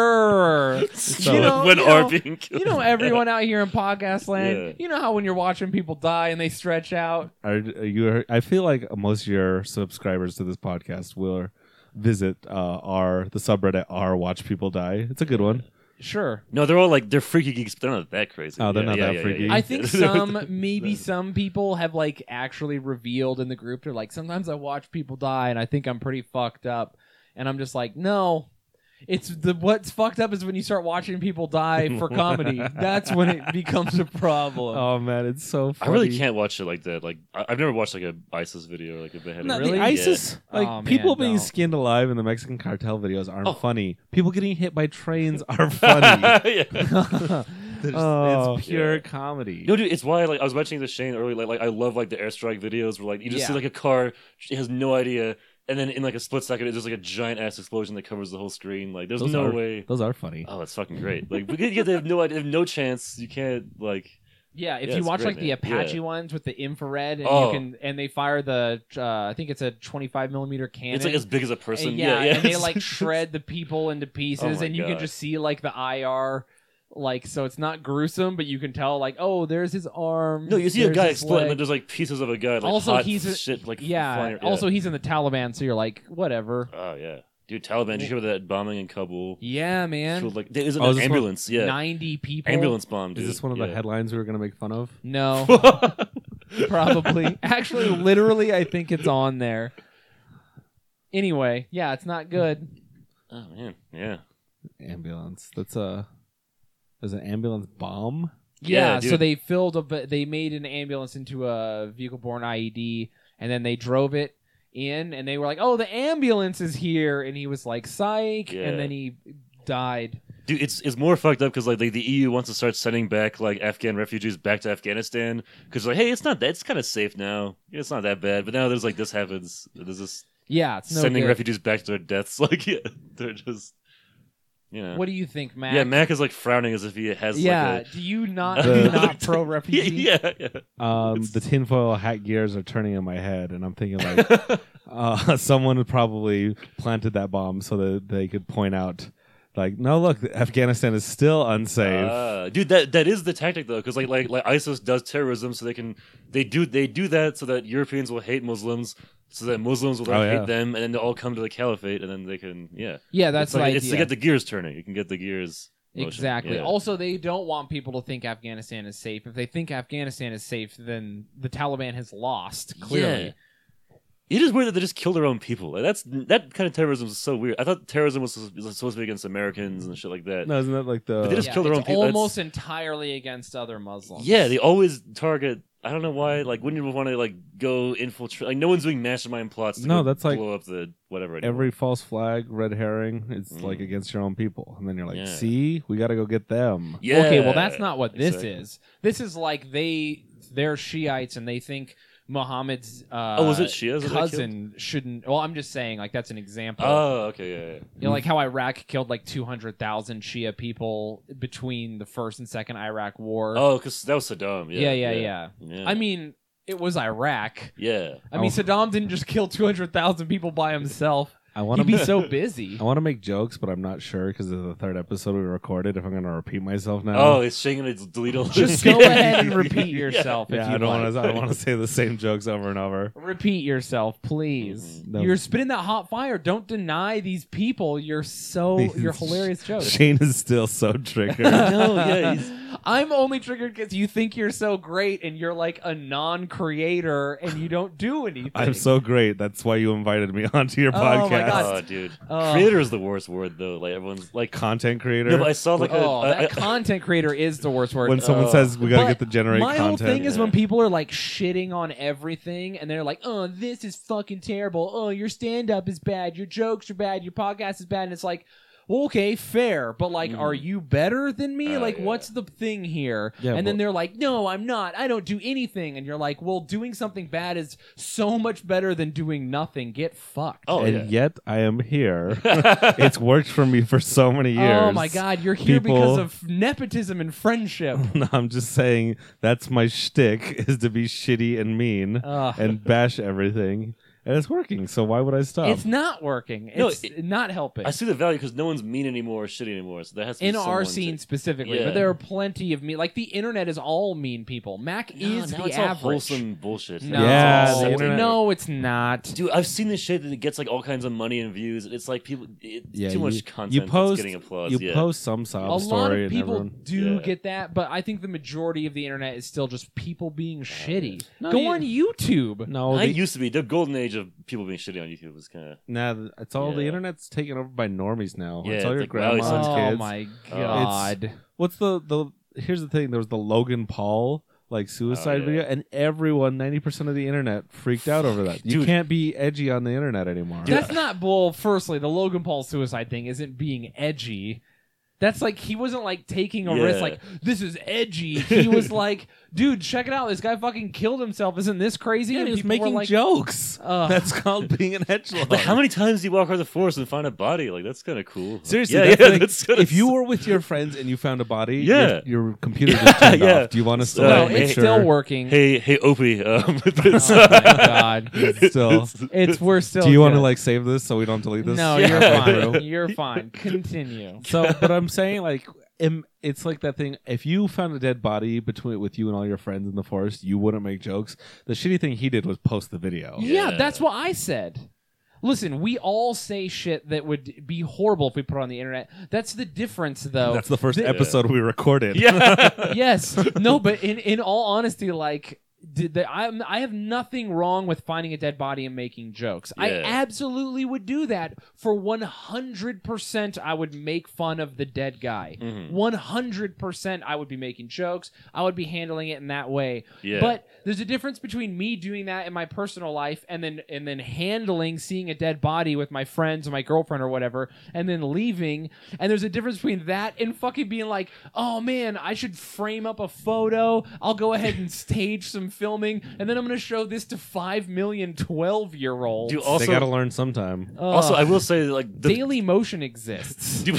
Speaker 2: sure.
Speaker 3: So-
Speaker 2: you know,
Speaker 4: when
Speaker 2: you
Speaker 4: are
Speaker 2: know,
Speaker 4: being killed.
Speaker 2: you know everyone out here in podcast land.
Speaker 4: Yeah.
Speaker 2: You know how when you're watching people die and they stretch out.
Speaker 3: Are, are you? I feel like most of your subscribers to this podcast will visit uh, our the subreddit r watch people die. It's a good one.
Speaker 2: Sure.
Speaker 4: No, they're all like they're freaky geeks, but they're not that crazy.
Speaker 3: Oh, they're
Speaker 4: Yeah,
Speaker 3: not
Speaker 4: yeah,
Speaker 3: that
Speaker 4: yeah,
Speaker 3: freaky.
Speaker 4: yeah,
Speaker 2: I
Speaker 4: yeah.
Speaker 2: think some, maybe some people have like actually revealed in the group. They're like, sometimes I watch people die and I think I'm pretty fucked up, and I'm just like, no. It's the what's fucked up is when you start watching people die for comedy. That's when it becomes a problem.
Speaker 3: Oh man, it's so.
Speaker 4: I
Speaker 3: Funny.
Speaker 4: really can't watch it like that. Like I- I've never watched like a ISIS video, like a beheading.
Speaker 3: No,
Speaker 2: Really?
Speaker 3: The ISIS, like
Speaker 2: Oh, man,
Speaker 3: people being
Speaker 2: don't.
Speaker 3: skinned alive in the Mexican cartel videos aren't
Speaker 4: Oh.
Speaker 3: funny. People getting hit by trains are
Speaker 4: Yeah.
Speaker 3: funny.
Speaker 4: yeah.
Speaker 3: There's-
Speaker 2: Oh.
Speaker 3: it's pure
Speaker 4: Yeah.
Speaker 3: comedy.
Speaker 4: No, dude, it's why like I was mentioning this Shane earlier. Like, like I love like the airstrike videos where like you just
Speaker 2: Yeah.
Speaker 4: see like a car it has no idea, and then in like a split second, it's just like a giant ass explosion that covers the whole screen. Like there's
Speaker 3: Those
Speaker 4: no
Speaker 3: are-
Speaker 4: way.
Speaker 3: Those are funny.
Speaker 4: Oh, it's fucking great. Like because yeah, they have no idea, they have no chance. You can't like.
Speaker 2: Yeah, if
Speaker 4: Yeah,
Speaker 2: you
Speaker 4: it's
Speaker 2: watch
Speaker 4: great,
Speaker 2: like the
Speaker 4: man.
Speaker 2: Apache
Speaker 4: Yeah.
Speaker 2: ones with the infrared, and
Speaker 4: Oh.
Speaker 2: you can and they fire the uh, I think it's a 25 millimeter cannon.
Speaker 4: It's like as big as a person.
Speaker 2: and,
Speaker 4: yeah,
Speaker 2: yeah,
Speaker 4: yeah.
Speaker 2: and they
Speaker 4: it's-
Speaker 2: like shred the people into pieces,
Speaker 4: my
Speaker 2: and you can
Speaker 4: God.
Speaker 2: just see like the IR, like so it's not gruesome, but you can tell like oh, there's his arm.
Speaker 4: No, you see a
Speaker 2: there's
Speaker 4: guy
Speaker 2: his
Speaker 4: explode, and
Speaker 2: leg.
Speaker 4: then there's like pieces of a guy. Like,
Speaker 2: Also,
Speaker 4: hot
Speaker 2: he's a-
Speaker 4: shit like
Speaker 2: yeah,
Speaker 4: flying-
Speaker 2: Also, he's in the Taliban, so you're like whatever.
Speaker 4: Oh yeah, dude, Taliban. Did you hear about that bombing in Kabul?
Speaker 2: Yeah, man.
Speaker 4: Killed, like there is an
Speaker 3: Oh, is this one-
Speaker 4: ambulance. Yeah,
Speaker 2: Ninety people.
Speaker 4: ambulance bomb. Dude.
Speaker 3: Is this one of the
Speaker 4: Yeah.
Speaker 3: headlines we were going to make fun of?
Speaker 2: No, probably. Actually, literally, I think it's on there. Anyway, yeah, it's not good.
Speaker 4: Oh man, yeah.
Speaker 3: Ambulance. That's a. There's an ambulance bomb.
Speaker 2: Yeah,
Speaker 4: Yeah,
Speaker 2: so
Speaker 4: dude.
Speaker 2: they filled a bu- they made an ambulance into a vehicle-borne IED E and then they drove it in and they were like, "Oh, the ambulance is here." And he was like, "Psych."
Speaker 4: Yeah.
Speaker 2: And then he died.
Speaker 4: Dude, it's it's more fucked up because like, like the EU wants to start sending back like Afghan refugees back to Afghanistan because like hey, it's not that it's kind of safe now. Yeah, It's not that bad. But now there's like this happens. There's this
Speaker 2: Yeah, it's no
Speaker 4: sending
Speaker 2: good.
Speaker 4: refugees back to their deaths. Like yeah, they're just you know.
Speaker 2: What do you think, Mac?
Speaker 4: yeah, Mac is like frowning as if he has
Speaker 2: Yeah,
Speaker 4: like
Speaker 2: do you not
Speaker 4: The-
Speaker 2: you're not pro
Speaker 4: a yeah
Speaker 2: refugee?
Speaker 4: yeah. yeah.
Speaker 3: Um,
Speaker 4: It's-
Speaker 3: the tinfoil hat gears are turning in my head, and I'm thinking like, uh, someone probably planted that bomb so that they could point out, like, no, look, Afghanistan is still unsafe.
Speaker 4: Ah, dude, that that is the tactic though, because like like like ISIS does terrorism, so they can they do they do that so that Europeans will hate Muslims, so that Muslims will then
Speaker 3: Oh, yeah.
Speaker 4: hate them, and then they'll all come to the caliphate, and then they can yeah.
Speaker 2: Yeah, that's
Speaker 4: it's like,
Speaker 2: the
Speaker 4: It's to
Speaker 2: idea.
Speaker 4: get the gears turning. You can get the gears. motion.
Speaker 2: Exactly.
Speaker 4: Yeah.
Speaker 2: Also, they don't want people to think Afghanistan is safe. If they think Afghanistan is safe, then the Taliban has lost. Clearly,
Speaker 4: Yeah. It is weird that they just kill their own people. Like, that's that kind of terrorism is so weird. I thought terrorism was supposed was supposed to be against Americans and shit like that.
Speaker 3: No, isn't that like the?
Speaker 4: But they just
Speaker 2: Yeah,
Speaker 4: kill their
Speaker 2: it's
Speaker 4: own people. That's-
Speaker 2: Almost entirely against other Muslims.
Speaker 4: Yeah, they always target. I don't know why. Like, wouldn't you want to like go infiltrate? Like, no one's doing mastermind plots. To
Speaker 3: No,
Speaker 4: go
Speaker 3: that's like
Speaker 4: blow up the whatever. anymore.
Speaker 3: every false flag, red herring, it's
Speaker 4: Mm.
Speaker 3: like against your own people, and then you're like,
Speaker 4: Yeah.
Speaker 3: see, we got to go get them.
Speaker 4: yeah.
Speaker 2: Okay, well that's not what this
Speaker 4: exactly.
Speaker 2: is. This is like they they're Shiites and they think Muhammad's uh,
Speaker 4: Oh, was it Shias? that they killed?
Speaker 2: cousin shouldn't. Well, I'm just saying like that's an example.
Speaker 4: Oh, okay, yeah, yeah.
Speaker 2: you know, like how Iraq killed like 200,000 Shia people between the first and second Iraq war.
Speaker 4: Oh, because that was Saddam.
Speaker 2: yeah, yeah,
Speaker 4: Yeah,
Speaker 2: yeah,
Speaker 4: yeah.
Speaker 2: I mean, it was Iraq.
Speaker 4: yeah.
Speaker 2: I mean,
Speaker 3: Oh.
Speaker 2: Saddam didn't just kill 200,000 people by himself.
Speaker 3: I want
Speaker 2: He'd
Speaker 3: to.
Speaker 2: be so busy.
Speaker 3: I want to make jokes, but I'm not sure because of the third episode we recorded. If I'm going to repeat myself now,
Speaker 4: Oh, it's shaking its delete all.
Speaker 2: um, Just go ahead and repeat yourself if
Speaker 3: yeah,
Speaker 2: you
Speaker 3: I don't
Speaker 2: like.
Speaker 3: want to. I don't want to say the same jokes over and over.
Speaker 2: Repeat yourself, please.
Speaker 4: Mhm.
Speaker 3: No.
Speaker 2: You're spitting that hot fire. Don't deny these people. You're so your hilarious jokes.
Speaker 3: Shane is still so triggered.
Speaker 4: no, yeah, he's-
Speaker 2: I'm only triggered because you think you're so great and you're like a non-creator and you don't do anything.
Speaker 3: I'm so great. That's why you invited me onto your
Speaker 2: Oh my God.
Speaker 3: podcast.
Speaker 4: Oh, dude.
Speaker 2: Oh.
Speaker 4: Creator is the worst word though. Like everyone's like.
Speaker 3: Content creator.
Speaker 4: No, but I saw like a.
Speaker 2: oh,
Speaker 4: I-
Speaker 2: that
Speaker 4: I-
Speaker 2: content creator is the worst word.
Speaker 3: when someone
Speaker 4: Uh,
Speaker 3: says we got to
Speaker 2: but
Speaker 3: get the generate
Speaker 2: My
Speaker 3: content,
Speaker 2: whole thing is
Speaker 4: yeah.
Speaker 2: when people are like shitting on everything and they're like, "Oh, this is fucking terrible. Oh, your stand up is bad. Your jokes are bad. Your podcast is bad." And it's like, well, "Okay, fair, but like,
Speaker 4: Mhm.
Speaker 2: are you better than me?
Speaker 4: Oh,
Speaker 2: like,
Speaker 4: yeah.
Speaker 2: what's the thing here?"
Speaker 3: Yeah,
Speaker 2: and then
Speaker 3: well-
Speaker 2: they're like, "No, I'm not. I don't do anything." And you're like, "Well, doing something bad is so much better than doing nothing. Get fucked."
Speaker 4: oh,
Speaker 3: and
Speaker 4: yeah.
Speaker 3: yet I am here. it's worked for me for so many years.
Speaker 2: Oh my god, you're here because
Speaker 3: People-
Speaker 2: of nepotism and friendship.
Speaker 3: No, I'm just saying that's my shtick is to be shitty and mean
Speaker 2: Ugh.
Speaker 3: and bash everything, and it's working. So why would I stop?
Speaker 2: It's not working.
Speaker 4: Um, No,
Speaker 2: It's
Speaker 4: it-
Speaker 2: not helping.
Speaker 4: I see the value because no one's mean anymore or shitty anymore. So there has to be
Speaker 2: in our
Speaker 4: someone to-
Speaker 2: scene specifically,
Speaker 4: Yeah.
Speaker 2: but there are plenty of me. Like the internet is all mean people. Mac
Speaker 4: No,
Speaker 2: is
Speaker 4: now
Speaker 2: the
Speaker 4: it's all
Speaker 2: average.
Speaker 4: wholesome bullshit.
Speaker 2: No,
Speaker 3: Yeah,
Speaker 4: It's all
Speaker 3: the
Speaker 4: sectarian.
Speaker 3: internet-
Speaker 2: no, it's not.
Speaker 4: Dude, I've seen this shit that gets like all kinds of money and views. It's like people, it's
Speaker 3: Yeah,
Speaker 4: too
Speaker 3: you-
Speaker 4: much content
Speaker 3: you post-
Speaker 4: that's getting applause.
Speaker 3: you
Speaker 4: yeah.
Speaker 3: post some
Speaker 2: A
Speaker 3: sob
Speaker 2: lot
Speaker 3: story
Speaker 2: of
Speaker 3: and
Speaker 2: people
Speaker 3: everyone.
Speaker 2: do
Speaker 4: Yeah.
Speaker 2: get that, but I think the majority of the internet is still just people being shitty.
Speaker 3: No,
Speaker 2: Go
Speaker 3: you-
Speaker 2: on YouTube.
Speaker 3: No,
Speaker 4: I
Speaker 3: the,
Speaker 4: used to be the golden age of people being shitty on YouTube was kind of
Speaker 3: nah, th- it's all the
Speaker 4: Yeah.
Speaker 3: internet's taken over by normies now.
Speaker 4: Yeah,
Speaker 3: it's all
Speaker 4: it's
Speaker 3: your
Speaker 4: like, wow, he's
Speaker 3: grandma's
Speaker 4: such-
Speaker 2: oh
Speaker 3: kids.
Speaker 2: my
Speaker 4: Uh,
Speaker 2: god.
Speaker 3: What's the the? Here's the thing. There was the Logan Paul like suicide
Speaker 4: yeah.
Speaker 3: video, and everyone, ninety percent of the internet freaked out over that. You
Speaker 4: Dude.
Speaker 3: can't be edgy on the internet anymore.
Speaker 2: That's not bull. Firstly, the Logan Paul suicide thing isn't being edgy. That's like he wasn't like taking a
Speaker 4: Yeah.
Speaker 2: risk. Like this is edgy. He was like, dude, check it out. This guy fucking killed himself. Isn't this crazy?
Speaker 3: Yeah,
Speaker 2: And
Speaker 3: he was
Speaker 2: people were
Speaker 3: making
Speaker 2: like,
Speaker 3: jokes.
Speaker 2: Ugh.
Speaker 3: That's called being an edgelord.
Speaker 4: Like, how many times do you walk around the forest and find a body? Like, that's kind of cool.
Speaker 3: Seriously,
Speaker 4: yeah,
Speaker 3: that's
Speaker 4: yeah,
Speaker 3: like,
Speaker 4: that's kinda
Speaker 3: if you
Speaker 4: s-
Speaker 3: were with your friends and you found a body,
Speaker 4: Yeah.
Speaker 3: your, your computer just turned
Speaker 4: yeah.
Speaker 3: off. Do you want to still
Speaker 2: No,
Speaker 4: Uh,
Speaker 3: make
Speaker 2: it's
Speaker 3: sure?
Speaker 2: still working.
Speaker 4: hey, hey, Opie, um,
Speaker 2: Oh my god,
Speaker 3: It's still.
Speaker 2: it's we're still.
Speaker 3: do you want to
Speaker 2: good.
Speaker 3: like save this so we don't delete this?
Speaker 2: No,
Speaker 4: Yeah.
Speaker 2: you're fine. You're fine. Continue.
Speaker 3: So, but I'm saying like, im- it's like that thing. If you found a dead body between with you and all your friends in the forest, you wouldn't make jokes. The shitty thing he did was post the video.
Speaker 2: Yeah,
Speaker 4: Yeah.
Speaker 2: that's what I said. Listen, we all say shit that would be horrible if we put it on the internet. That's the difference, though.
Speaker 3: That's the first episode we recorded.
Speaker 4: yeah,
Speaker 2: yes. No, but in in all honesty, like did the, I I have nothing wrong with finding a dead body and making jokes. I
Speaker 4: Yeah.
Speaker 2: absolutely would do that for 100%. I would make fun of the dead guy.
Speaker 4: Mhm.
Speaker 2: 100% I would be making jokes. I would be handling it in that way.
Speaker 4: yeah.
Speaker 2: But there's a difference between me doing that in my personal life and then and then handling seeing a dead body with my friends or my girlfriend or whatever and then leaving. And there's a difference between that and fucking being like, "Oh man, I should frame up a photo. I'll go ahead and stage some filming and then I'm going to show this to 5 million 12-year-olds."
Speaker 4: Dude,
Speaker 3: they
Speaker 4: also,
Speaker 3: gotta learn sometime.
Speaker 4: also, I
Speaker 2: uh,
Speaker 4: will say, like, the,
Speaker 2: Daily Motion exists.
Speaker 4: Dude,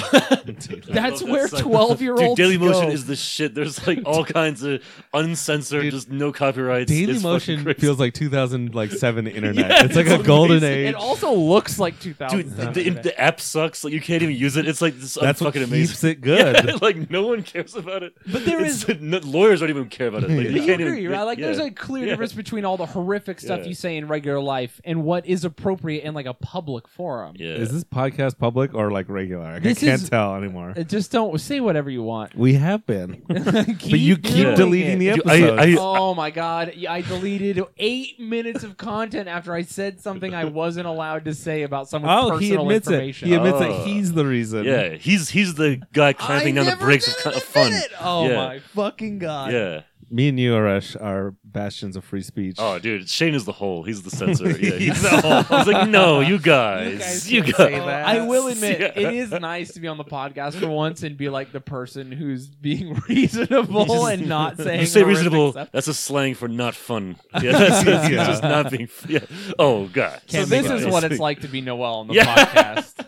Speaker 2: That's where 12-year-olds
Speaker 4: Daily Motion
Speaker 2: go.
Speaker 4: is the shit. There's like all kinds of uncensored,
Speaker 3: Dude,
Speaker 4: just no copyrights.
Speaker 3: Daily
Speaker 4: It's fucking
Speaker 3: Motion
Speaker 4: crazy.
Speaker 3: feels like 2007 internet.
Speaker 4: Yeah,
Speaker 3: it's like
Speaker 4: it's
Speaker 3: a golden
Speaker 4: amazing.
Speaker 3: age.
Speaker 2: It also looks like
Speaker 4: dude.
Speaker 2: 2000.
Speaker 4: The, the, the app sucks. Like you can't even use it. It's like this
Speaker 3: That's what
Speaker 4: fucking
Speaker 3: keeps
Speaker 4: amazing.
Speaker 3: it good.
Speaker 4: like no one cares about it.
Speaker 2: But there
Speaker 4: It's- no- lawyers don't even care about it. Like,
Speaker 3: Yeah.
Speaker 4: you
Speaker 2: But you
Speaker 4: can't
Speaker 2: agree,
Speaker 4: even,
Speaker 2: right? Like, there's a clear
Speaker 4: Yeah.
Speaker 2: difference between all the horrific stuff
Speaker 4: Yeah.
Speaker 2: you say in regular life and what is appropriate in like a public forum.
Speaker 4: yeah.
Speaker 3: Is this podcast public or like regular? Like, I
Speaker 2: This
Speaker 3: can't
Speaker 2: is-
Speaker 3: tell anymore.
Speaker 2: Uh, Just don't say whatever you want.
Speaker 3: We have been, but you
Speaker 2: doing
Speaker 3: keep deleting
Speaker 2: it.
Speaker 3: the
Speaker 4: Dude, I-
Speaker 3: episodes.
Speaker 4: I-
Speaker 2: Oh my god! Yeah, I deleted eight minutes of content after I said something I wasn't allowed to say about someone's
Speaker 3: oh, he
Speaker 2: personal
Speaker 3: admits it.
Speaker 2: information. Oh,
Speaker 3: He admits
Speaker 4: Oh.
Speaker 3: that he's the reason.
Speaker 4: yeah, he's he's the guy clamping down the brakes of,
Speaker 2: kind
Speaker 4: of fun.
Speaker 2: Oh
Speaker 4: Yeah.
Speaker 2: my fucking god!
Speaker 4: Yeah.
Speaker 3: Me and you, Arash, are bastions of free speech.
Speaker 4: Oh, dude, Shane is the hole. He's the censor. Yeah, he's the hole. He's like, no, you guys, you
Speaker 2: can't
Speaker 4: guys.
Speaker 2: say that. I will admit,
Speaker 4: Yeah.
Speaker 2: it is nice to be on the podcast for once and be like the person who's being reasonable and not saying.
Speaker 4: You say
Speaker 2: horrific
Speaker 4: reasonable.
Speaker 2: stuff.
Speaker 4: That's a slang for not fun. Yeah, that's, that's
Speaker 3: Yeah.
Speaker 4: just not being. Yeah. Oh God.
Speaker 2: So
Speaker 3: Can't
Speaker 2: this
Speaker 3: make
Speaker 2: is
Speaker 3: it.
Speaker 2: what it's like to be Noel on the
Speaker 4: Yeah.
Speaker 2: podcast.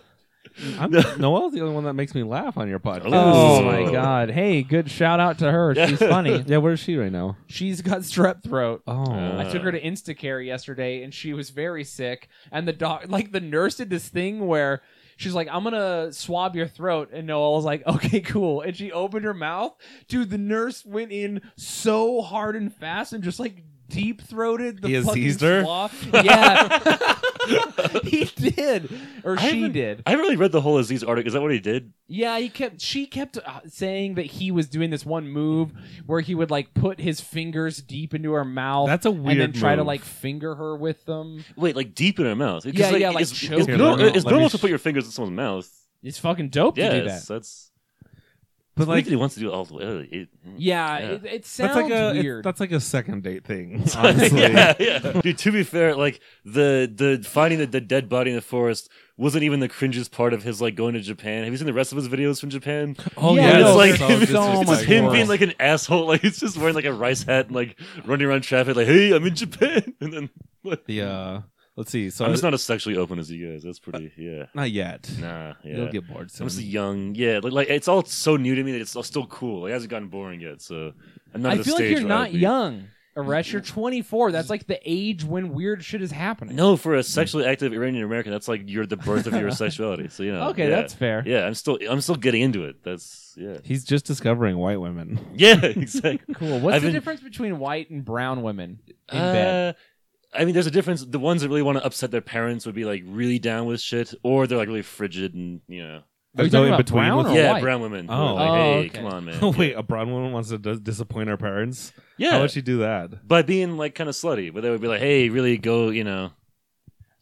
Speaker 3: I'm, Noelle's the only one that makes me laugh on your podcast.
Speaker 4: Oh Ooh. my
Speaker 2: god! Hey, good shout out to her.
Speaker 4: She's funny.
Speaker 3: Yeah, where is she right now?
Speaker 2: She's got strep throat.
Speaker 3: Oh,
Speaker 2: I
Speaker 4: Uh.
Speaker 2: took her to Instacare yesterday and she was very sick. And the doc, like the nurse did this thing where she's like, I'm going to swab your throat. And Noel was like, okay, cool. And she opened her mouth. Dude, the nurse went in so hard and fast and just like deep throated the
Speaker 3: He has
Speaker 2: fucking
Speaker 3: seized her?
Speaker 2: swab. Yeah. he did. Or
Speaker 4: I
Speaker 2: she
Speaker 4: haven't-
Speaker 2: did.
Speaker 4: I haven't really read the whole Aziz article. Is that what he did?
Speaker 2: Yeah, he kept. She kept uh, saying that he was doing this one move where he would like put his fingers deep into her mouth.
Speaker 3: That's a weird
Speaker 2: And then try to
Speaker 3: move.
Speaker 2: like finger her with them.
Speaker 4: Wait, like deep in her mouth. 'Cause,
Speaker 2: Yeah, yeah, like
Speaker 4: it's,
Speaker 2: choke
Speaker 4: it's
Speaker 2: her.
Speaker 4: normal,
Speaker 3: Let me-
Speaker 4: it's
Speaker 3: let
Speaker 4: normal
Speaker 3: me
Speaker 4: to
Speaker 3: sh-
Speaker 4: put your fingers in someone's mouth.
Speaker 2: It's fucking dope to do
Speaker 4: Yes,
Speaker 2: that.
Speaker 4: that's.
Speaker 3: but
Speaker 4: Like
Speaker 3: like
Speaker 4: he wants to do it all the way. It-
Speaker 2: Yeah,
Speaker 4: Yeah.
Speaker 2: It, it sounds
Speaker 3: that's like a it-
Speaker 2: weird.
Speaker 3: that's like a second date thing. Honestly,
Speaker 4: yeah, yeah. Dude, to be fair, like the the finding the, the dead body in the forest wasn't even the cringiest part of his like going to Japan. Have you seen the rest of his videos from Japan?
Speaker 3: oh
Speaker 2: Yeah,
Speaker 3: yeah,
Speaker 2: no,
Speaker 4: it's like
Speaker 2: so
Speaker 4: him, it's
Speaker 2: much
Speaker 4: just him
Speaker 2: worse.
Speaker 4: being like an asshole. Like it's just wearing like a rice hat and like running around traffic. Like, hey, I'm in Japan, and then like,
Speaker 3: the uh, let's see. So
Speaker 4: I'm just not as sexually open as you guys. That's pretty, yeah.
Speaker 3: not yet.
Speaker 4: Nah, yeah.
Speaker 3: You'll get bored
Speaker 4: I'm
Speaker 3: soon.
Speaker 4: just young, yeah. Like, like it's all so new to me that it's all still cool. Like, it hasn't gotten boring yet, so I'm not.
Speaker 2: I
Speaker 4: at the
Speaker 2: feel like
Speaker 4: stage
Speaker 2: you're
Speaker 4: where I would
Speaker 2: not
Speaker 4: be-
Speaker 2: young, Arash. You're 24. That's like the age when weird shit is happening.
Speaker 4: No, for a sexually active Iranian American, that's like you're the birth of your sexuality. So you know.
Speaker 2: Okay,
Speaker 4: yeah.
Speaker 2: that's fair.
Speaker 4: Yeah, I'm still I'm still getting into it. That's yeah.
Speaker 3: He's just discovering white women.
Speaker 4: Yeah, exactly.
Speaker 2: Cool. What's
Speaker 4: I've
Speaker 2: the
Speaker 4: been-
Speaker 2: difference between white and brown women in bed?
Speaker 4: Uh, I mean, there's a difference. The ones that really want to upset their parents would be like really down with shit, or they're like really frigid and you know,
Speaker 2: Are you
Speaker 3: There's no
Speaker 2: talking
Speaker 3: in
Speaker 2: about
Speaker 3: between
Speaker 2: brown
Speaker 3: with-
Speaker 2: or
Speaker 4: yeah,
Speaker 2: white?
Speaker 4: brown women. who
Speaker 3: Oh.
Speaker 4: are like,
Speaker 2: Oh,
Speaker 4: hey,
Speaker 2: okay.
Speaker 4: come on, man.
Speaker 3: Wait, a brown woman wants to dis- disappoint her parents.
Speaker 4: yeah,
Speaker 3: How would she do that?
Speaker 4: by being like kind of slutty, but they would be like, hey, really go, you know,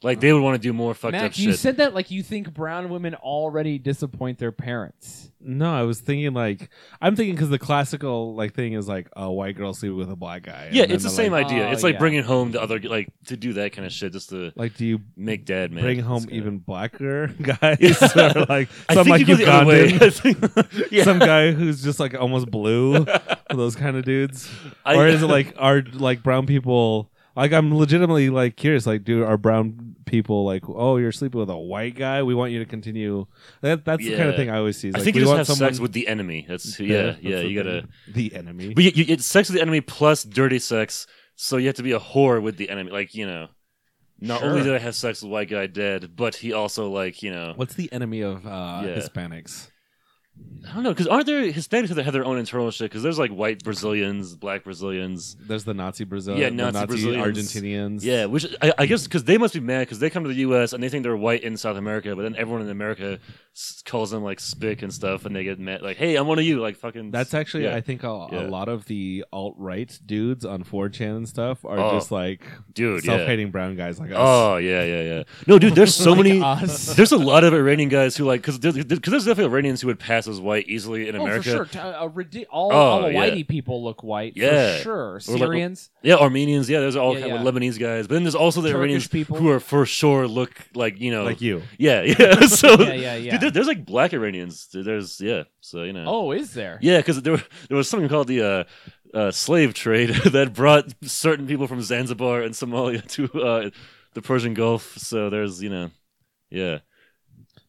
Speaker 4: like they would want to do more fucked up
Speaker 2: Mac,
Speaker 4: shit.
Speaker 2: you said that like you think brown women already disappoint their parents.
Speaker 3: No, I was thinking like I'm thinking because the classical like thing is like a white girl sleeping with a black guy.
Speaker 4: yeah,
Speaker 3: and
Speaker 4: it's the
Speaker 3: then,
Speaker 4: same
Speaker 3: Like,
Speaker 4: idea.
Speaker 2: Oh,
Speaker 4: it's like
Speaker 2: yeah.
Speaker 4: bringing home the other like to do that kind of shit just to
Speaker 3: like, do you
Speaker 4: make dad man
Speaker 3: bring home
Speaker 4: It's kinda-
Speaker 3: even blacker guys?
Speaker 4: Yeah.
Speaker 3: or, like
Speaker 4: I
Speaker 3: some
Speaker 4: think
Speaker 3: like
Speaker 4: you go the other way. I
Speaker 3: Ugandan,
Speaker 4: think- yeah.
Speaker 3: some guy who's just like almost blue, those kind of dudes.
Speaker 4: I-
Speaker 3: or is it like are like brown people? Like I'm legitimately like curious. Like, do are brown people like? Oh, you're sleeping with a white guy. We want you to continue. That that's the kind
Speaker 4: Yeah.
Speaker 3: of thing I always see. is,
Speaker 4: I
Speaker 3: like,
Speaker 4: think
Speaker 3: we
Speaker 4: you just
Speaker 3: want
Speaker 4: have
Speaker 3: someone
Speaker 4: sex with the enemy. That's
Speaker 3: there.
Speaker 4: yeah,
Speaker 3: That's
Speaker 4: yeah.
Speaker 3: the
Speaker 4: you gotta.
Speaker 3: thing. the enemy.
Speaker 4: But you, you, it's sex with the enemy plus dirty sex, so you have to be a whore with the enemy. Like you know, not only
Speaker 2: Sure.
Speaker 4: did I have sex with white guy dead, but he also like you know,
Speaker 3: What's the enemy of uh,
Speaker 4: Yeah.
Speaker 3: Hispanics?
Speaker 4: I don't know, because aren't there Hispanics that have their own internal shit? Because there's like white Brazilians, black Brazilians.
Speaker 3: There's the Nazi Brazil,
Speaker 4: Yeah,
Speaker 3: the
Speaker 4: Nazi Brazilians.
Speaker 3: Argentinians.
Speaker 4: Yeah, which I, I guess because they must be mad because they come to the U.S. and they think they're white in South America, but then everyone in America s- calls them like spick and stuff, and they get mad like, "Hey, I'm one of you!" Like fucking.
Speaker 3: that's actually
Speaker 4: Yeah.
Speaker 3: I think a,
Speaker 4: Yeah.
Speaker 3: a lot of the alt right dudes on 4chan and stuff are
Speaker 4: Oh,
Speaker 3: just like
Speaker 4: dude. yeah.
Speaker 3: self-hating Oh brown guys like us.
Speaker 4: Oh yeah, yeah, yeah. No, dude, there's so
Speaker 2: Like
Speaker 4: many.
Speaker 2: us.
Speaker 4: There's a lot of Iranian guys who like because there's, 'cause there's definitely Iranians who would pass as white easily in
Speaker 2: Oh, for
Speaker 4: America.
Speaker 2: sure. T- uh, ridi- all
Speaker 4: Oh,
Speaker 2: all
Speaker 4: yeah.
Speaker 2: whitey people look white.
Speaker 4: Yeah.
Speaker 2: for sure.
Speaker 4: Or like-
Speaker 2: Syrians.
Speaker 4: Yeah, Armenians. Yeah, there's all
Speaker 2: Yeah,
Speaker 4: kind of
Speaker 2: yeah.
Speaker 4: Lebanese guys, but then there's also the
Speaker 2: Turkish
Speaker 4: Iranians
Speaker 2: people.
Speaker 4: who are for sure look like you know.
Speaker 3: like you.
Speaker 4: yeah, yeah. So
Speaker 2: Yeah, yeah, yeah.
Speaker 4: Dude, there- there's like black Iranians. Dude, There's yeah. So you know.
Speaker 2: oh, is there?
Speaker 4: Yeah, because there were- there was something called the. Uh, uh, slave trade that brought certain people from Zanzibar and Somalia to uh, the Persian Gulf. So there's, you know, yeah,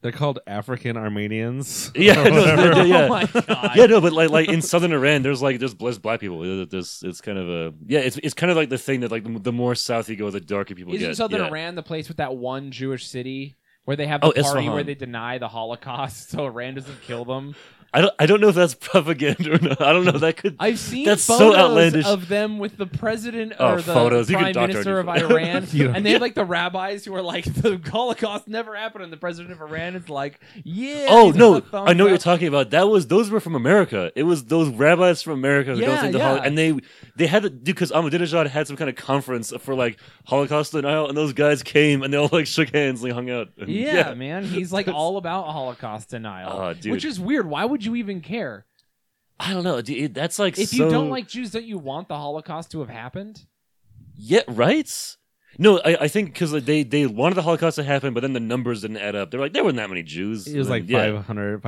Speaker 3: They're called African Armenians.
Speaker 4: yeah,
Speaker 3: or
Speaker 4: no,
Speaker 3: whatever.
Speaker 4: yeah, yeah.
Speaker 2: Oh my god.
Speaker 4: yeah, no, but like like in southern Iran, there's like there's there's black people. There- There's it's kind of a yeah, it's it's kind of like the thing that like the, the more south you go, the darker people
Speaker 2: Isn't
Speaker 4: get.
Speaker 2: Southern
Speaker 4: yeah.
Speaker 2: Iran the place with that one Jewish city where they have the
Speaker 4: Oh,
Speaker 2: party
Speaker 4: Isfahan.
Speaker 2: where they deny the Holocaust so Iran doesn't kill them?
Speaker 4: I don't. I don't know if that's propaganda or not. I don't know. That could.
Speaker 2: I've seen
Speaker 4: That's so
Speaker 2: photos
Speaker 4: outlandish.
Speaker 2: of them with the president
Speaker 4: Oh,
Speaker 2: or the
Speaker 4: photos. You
Speaker 2: prime
Speaker 4: can doctor
Speaker 2: minister of
Speaker 4: anything.
Speaker 2: Iran,
Speaker 3: You don't-
Speaker 2: and they have like the rabbis who are like the Holocaust never happened, and the president of Iran is like, yeah.
Speaker 4: oh
Speaker 2: he's
Speaker 4: no!
Speaker 2: got a
Speaker 4: I know what you're
Speaker 2: thumbs
Speaker 4: talking about. That was those were from America. It was those rabbis from America who
Speaker 2: Yeah,
Speaker 4: don't think the
Speaker 2: yeah.
Speaker 4: Holocaust, and they they had to do because Ahmadinejad had some kind of conference for like Holocaust denial, and those guys came and they all like shook hands and hung out. And,
Speaker 2: Yeah, man, he's like all about Holocaust denial,
Speaker 4: Oh, dude.
Speaker 2: which is weird. Why would you even care
Speaker 4: I don't know. dude, that's like
Speaker 2: if
Speaker 4: so-
Speaker 2: you don't like Jews? Don't you want the Holocaust to have happened?
Speaker 4: Yeah, right. No, I, I think because they they wanted the Holocaust to happen, but then the numbers didn't add up. They're like there weren't that many Jews.
Speaker 3: It was
Speaker 4: And
Speaker 3: like
Speaker 4: yeah.
Speaker 3: 500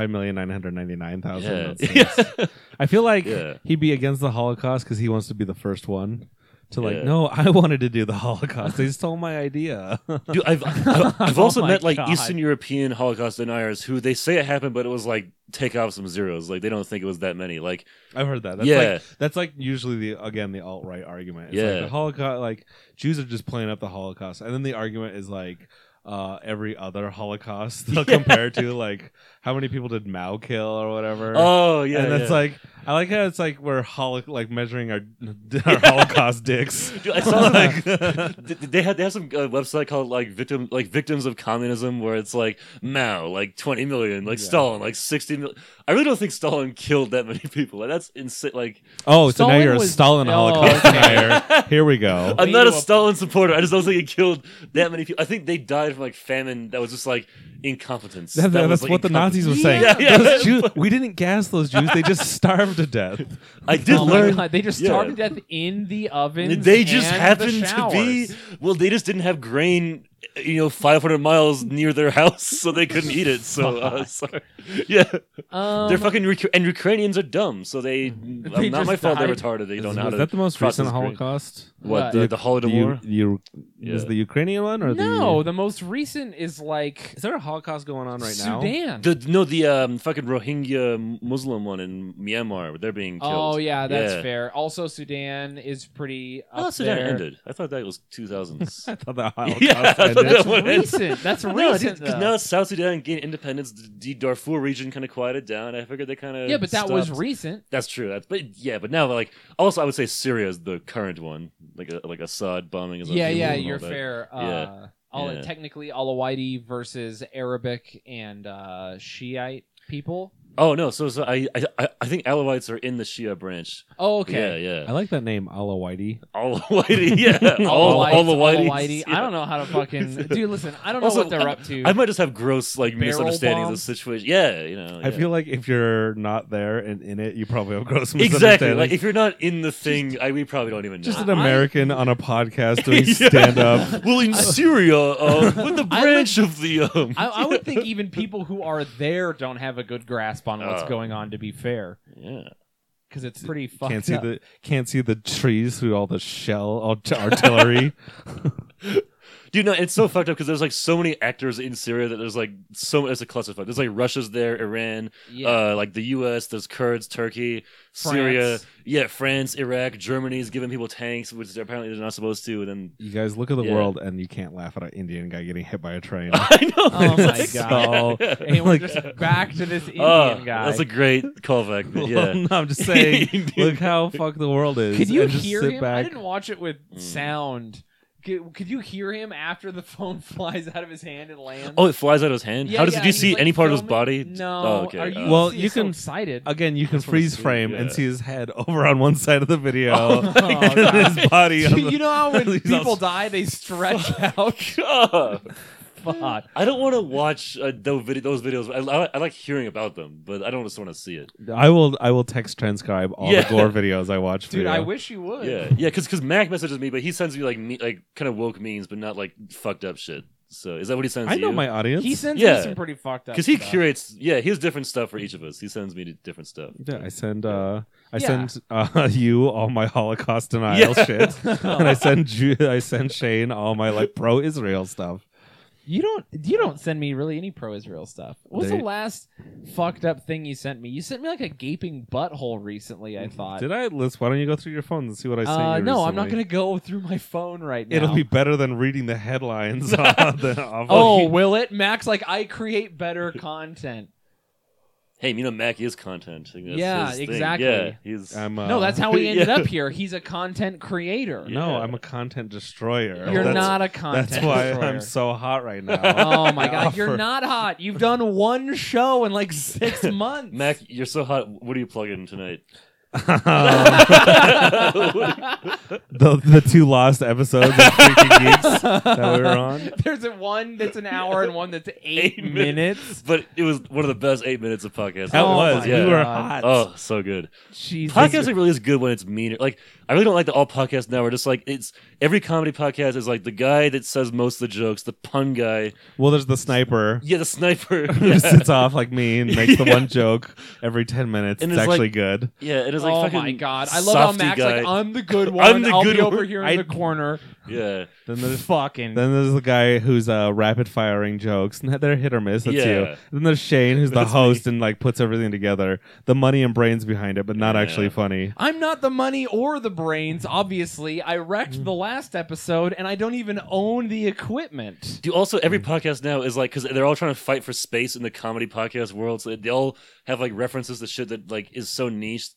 Speaker 3: 5,999,000.
Speaker 4: Yeah.
Speaker 3: That's- I feel like
Speaker 4: Yeah.
Speaker 3: he'd be against the Holocaust because he wants to be the first one to like.
Speaker 4: Yeah.
Speaker 3: No, I wanted to do the Holocaust. They stole my idea.
Speaker 4: Dude, I've I've, I've
Speaker 2: Oh
Speaker 4: also
Speaker 2: my
Speaker 4: met like
Speaker 2: God.
Speaker 4: Eastern European Holocaust deniers who they say it happened, but it was like take off some zeros. Like they don't think it was that many. Like
Speaker 3: I've heard that. That's
Speaker 4: Yeah.
Speaker 3: like that's like usually the again the alt right argument. It's
Speaker 4: Yeah.
Speaker 3: like the Holocaust like Jews are just playing up the Holocaust. And then the argument is like uh every other Holocaust they'll compare to like how many people did Mao kill or whatever.
Speaker 4: oh yeah,
Speaker 3: and that's
Speaker 4: yeah.
Speaker 3: like I like how it's like we're holo- like measuring our, our Holocaust dicks.
Speaker 4: Dude, I saw like th- they had they have some uh, website called like victim like victims of communism where it's like Mao like twenty million like
Speaker 3: Yeah.
Speaker 4: Stalin like sixty million. I really don't think Stalin killed that many people. Like, that's insane. Like
Speaker 3: Oh, so
Speaker 2: Stalin
Speaker 3: now you're a
Speaker 2: was-
Speaker 3: Stalin
Speaker 2: Oh,
Speaker 3: Holocaust
Speaker 2: okay.
Speaker 3: denier. Here we go.
Speaker 4: I'm
Speaker 2: Lead
Speaker 4: not a
Speaker 2: to a-
Speaker 4: Stalin supporter. I just don't think it killed that many people. I think they died from like famine that was just like incompetence.
Speaker 3: That-
Speaker 4: That
Speaker 3: that's
Speaker 4: was, like,
Speaker 3: what the Nazis
Speaker 4: incompetence.
Speaker 3: were saying.
Speaker 4: Yeah, yeah.
Speaker 3: Those Jews, we didn't gas those Jews; they just starved to death.
Speaker 4: I did
Speaker 2: oh
Speaker 4: learn.
Speaker 2: my God. They just
Speaker 4: yeah.
Speaker 2: started death in the oven.
Speaker 4: They just happened to be well. They just didn't have grain, you know, 500 miles near their house, so they couldn't eat it. So uh, sorry. Yeah,
Speaker 2: Um,
Speaker 4: they're fucking Uk- and Ukrainians are dumb. So they, uh, not
Speaker 2: just
Speaker 4: my fault. They're
Speaker 2: died.
Speaker 4: retarded. They don't
Speaker 3: Is
Speaker 4: know how to.
Speaker 3: that the most
Speaker 4: process
Speaker 3: recent
Speaker 4: grain.
Speaker 3: Holocaust?
Speaker 4: What
Speaker 2: Right.
Speaker 4: the, the
Speaker 3: The
Speaker 4: Holodomor?
Speaker 3: you, you, Is
Speaker 4: Yeah.
Speaker 3: the Ukrainian one or
Speaker 2: no,
Speaker 3: the?
Speaker 2: the most recent is like
Speaker 3: Is there a Holocaust going on right now?
Speaker 2: Sudan.
Speaker 4: The no, the um, fucking Rohingya Muslim one in Myanmar, where they're being killed.
Speaker 2: Oh yeah, that's
Speaker 4: Yeah.
Speaker 2: fair. Also, Sudan is pretty. Up
Speaker 4: Oh, Sudan
Speaker 2: there.
Speaker 4: ended. I thought that was 2000s.
Speaker 3: I thought the Holocaust
Speaker 4: Yeah, I thought
Speaker 3: ended.
Speaker 2: That's
Speaker 4: That one ends.
Speaker 2: recent. That's
Speaker 4: no,
Speaker 2: recent.
Speaker 4: because
Speaker 2: though.
Speaker 4: now South Sudan gained independence. The- The Darfur region kind of quieted down. I figured they kind of
Speaker 2: yeah, but that was
Speaker 4: stopped.
Speaker 2: recent.
Speaker 4: That's true. That's but yeah, but now like also I would say Syria is the current one, like a, like Assad bombing. Is
Speaker 2: Yeah,
Speaker 4: unbelievable
Speaker 2: yeah,
Speaker 4: and all
Speaker 2: you're
Speaker 4: that.
Speaker 2: fair.
Speaker 4: Yeah.
Speaker 2: Uh, all
Speaker 4: Yeah.
Speaker 2: technically Alawaiti versus Arabic and uh, Shiite people.
Speaker 4: Oh no, so so I I- I I think Alawites are in the Shia branch.
Speaker 2: Oh, okay.
Speaker 4: Yeah,
Speaker 3: I
Speaker 4: yeah.
Speaker 3: like that name, Alawaiti.
Speaker 4: All whitey. Yeah, all
Speaker 2: Alawites,
Speaker 4: all the whiteys.
Speaker 2: Alawaiti. I
Speaker 4: Yeah.
Speaker 2: don't know how to fucking dude. Listen, I don't know
Speaker 4: Also,
Speaker 2: what they're up to.
Speaker 4: I might just have gross like
Speaker 2: Barrel
Speaker 4: misunderstandings of
Speaker 2: bombs?
Speaker 4: situation. Yeah, you know.
Speaker 3: I
Speaker 4: yeah.
Speaker 3: feel like if you're not there and in it, you probably have gross
Speaker 4: exactly like
Speaker 3: misunderstandings.
Speaker 4: if you're not in the thing, I, we probably don't even know.
Speaker 3: just an
Speaker 2: I-
Speaker 3: American on a podcast doing
Speaker 4: Yeah.
Speaker 3: stand up.
Speaker 4: well, in Syria, uh, with the
Speaker 2: I
Speaker 4: branch of the. Um,
Speaker 2: I, I would think even people who are there don't have a good grasp on what's
Speaker 4: Oh.
Speaker 2: going on. To be fair,
Speaker 4: yeah.
Speaker 2: because it's pretty fucked
Speaker 3: Can't see
Speaker 4: uh,
Speaker 2: up.
Speaker 3: the can't see the trees through all the shell all t- artillery.
Speaker 4: Dude, no, it's so fucked up because there's like so many actors in Syria that there's like so it's a clusterfuck. There's like Russia's there, Iran,
Speaker 2: yeah.
Speaker 4: uh, like the U.S. There's Kurds, Turkey, Syria,
Speaker 2: France.
Speaker 4: yeah, France, Iraq, Germany's giving people tanks, which they're apparently they're not supposed to. And then
Speaker 3: You guys look at the
Speaker 4: Yeah.
Speaker 3: world and you can't laugh at an Indian guy getting hit by a train.
Speaker 4: I know.
Speaker 2: Oh
Speaker 4: it's
Speaker 2: my
Speaker 4: like-
Speaker 2: God.
Speaker 4: Yeah.
Speaker 2: and we're
Speaker 3: like-
Speaker 2: just back to this Indian
Speaker 4: Oh,
Speaker 2: guy.
Speaker 4: That's a great callback.
Speaker 3: Well,
Speaker 4: but yeah.
Speaker 3: no, I'm just saying.
Speaker 4: Dude.
Speaker 3: look how fuck the world is.
Speaker 2: Could you
Speaker 3: and just
Speaker 2: hear
Speaker 3: sit
Speaker 2: him? I
Speaker 3: back.
Speaker 2: didn't watch it with
Speaker 4: Mm.
Speaker 2: sound. Could, could you hear him after the phone flies out of his hand and lands?
Speaker 4: Oh, it flies out of his hand.
Speaker 2: Yeah,
Speaker 4: How does
Speaker 2: yeah,
Speaker 4: do you
Speaker 2: he's,
Speaker 4: see
Speaker 2: like,
Speaker 4: any part of his
Speaker 2: filming-
Speaker 4: body?
Speaker 2: No.
Speaker 4: Oh, okay.
Speaker 2: Are you,
Speaker 4: Uh,
Speaker 3: Well,
Speaker 2: see,
Speaker 3: you
Speaker 2: so
Speaker 3: can-
Speaker 2: excited.
Speaker 3: Again, you can
Speaker 4: just wanna
Speaker 3: freeze
Speaker 4: see,
Speaker 3: frame
Speaker 4: yeah.
Speaker 3: and see his head over on one side of the video,
Speaker 2: Oh,
Speaker 3: and
Speaker 2: God.
Speaker 3: his body. On the,
Speaker 2: you know how when
Speaker 3: He's
Speaker 2: people
Speaker 3: also-
Speaker 2: die, they stretch out.
Speaker 4: God.
Speaker 2: Fuck.
Speaker 4: uh, I don't want to watch uh, those, vid- those videos. I, I, I like hearing about them, but I don't just want to see it.
Speaker 3: I will. I will text transcribe all
Speaker 4: Yeah.
Speaker 3: the gore videos I watch. for
Speaker 2: Dude,
Speaker 3: you.
Speaker 2: I wish you would.
Speaker 4: Yeah, yeah, because Mac messages me, but he sends me like me, like kind of woke memes, but not like fucked up shit. So is that what he sends?
Speaker 3: I know my audience.
Speaker 2: He sends me
Speaker 4: Yeah.
Speaker 2: some pretty fucked up
Speaker 4: because he
Speaker 2: stuff.
Speaker 4: curates. Yeah, he has different stuff for each of us. He sends me different stuff.
Speaker 3: Yeah, I send. Uh, I
Speaker 2: Yeah.
Speaker 3: send uh, you all my Holocaust denial
Speaker 4: Yeah.
Speaker 3: shit, and I send Ju- I send Shane all my like pro Israel stuff.
Speaker 2: You don't you don't send me really any pro Israel stuff. What was
Speaker 3: They-
Speaker 2: the last fucked up thing you sent me? You sent me like a gaping butthole recently,
Speaker 4: Mm-hmm.
Speaker 2: I thought.
Speaker 3: Did I? Liz, why don't you go through your phone and see what I sent
Speaker 2: uh,
Speaker 3: you?
Speaker 2: no, I'm not
Speaker 3: recently?
Speaker 2: gonna go through my phone right now.
Speaker 3: It'll be better than reading the headlines. on the, of-
Speaker 2: Oh, will it? Max like I create better content.
Speaker 4: hey, you know, Mac is content. Like, that's
Speaker 2: Yeah,
Speaker 4: his thing.
Speaker 2: exactly.
Speaker 4: Yeah, he's
Speaker 3: I'm, uh,
Speaker 2: no, that's how we ended
Speaker 4: yeah.
Speaker 2: up here. He's a content creator.
Speaker 4: Yeah.
Speaker 3: No, I'm a content destroyer.
Speaker 2: You're
Speaker 3: That's-
Speaker 2: not a content
Speaker 3: That's why
Speaker 2: destroyer.
Speaker 3: I'm so hot right now.
Speaker 2: Oh my god,
Speaker 3: I
Speaker 2: you're
Speaker 3: offer-
Speaker 2: not hot. You've done one show in like six months.
Speaker 4: Mac. You're so hot. What are you plugging tonight? Oh,
Speaker 3: the the two lost episodes of Freaking Geeks that we were on.
Speaker 2: There's a one that's an hour and one that's eight,
Speaker 4: Eight
Speaker 2: minutes.
Speaker 4: But it was one of the best eight minutes of podcast.
Speaker 3: That
Speaker 2: Oh
Speaker 3: was.
Speaker 2: my
Speaker 3: You
Speaker 4: yeah.
Speaker 3: were
Speaker 2: God.
Speaker 3: hot.
Speaker 4: Oh, so good.
Speaker 2: Jesus.
Speaker 4: Podcasting really is good when it's meaner. Like I really don't like the all podcasts now. We're just like it's every comedy podcast is like the guy that says most of the jokes, the pun guy,
Speaker 3: Well, there's the sniper
Speaker 4: yeah, the sniper,
Speaker 3: who
Speaker 4: yeah,
Speaker 3: sits off like me and makes the one joke every 10 minutes.
Speaker 4: And
Speaker 3: it's
Speaker 4: it's like-
Speaker 3: actually good.
Speaker 4: yeah and it's like
Speaker 2: oh
Speaker 4: fucking
Speaker 2: my god. I love how
Speaker 4: softy
Speaker 2: Mac's
Speaker 4: guy.
Speaker 2: like, I'm the good one.
Speaker 4: I'm the
Speaker 2: I'll
Speaker 4: good
Speaker 2: be over
Speaker 4: one."
Speaker 2: here in
Speaker 3: I-
Speaker 2: the corner.
Speaker 4: yeah,
Speaker 3: Then there's
Speaker 2: Fucking.
Speaker 3: then there's the guy who's uh, rapid firing jokes, and they're hit or miss. That's you.
Speaker 4: Yeah.
Speaker 3: Then there's Shane, who's the
Speaker 4: That's me.
Speaker 3: host and like puts everything together. The money and brains behind it, but not actually
Speaker 4: Yeah.
Speaker 3: funny.
Speaker 2: I'm not the money or the brains, obviously. I wrecked
Speaker 3: Mm.
Speaker 2: the last episode and I don't even own the equipment.
Speaker 4: Do also every
Speaker 2: Hmm.
Speaker 4: podcast now is like because they're all trying to fight for space in the comedy podcast world, so they all have like references to shit that like is so niche,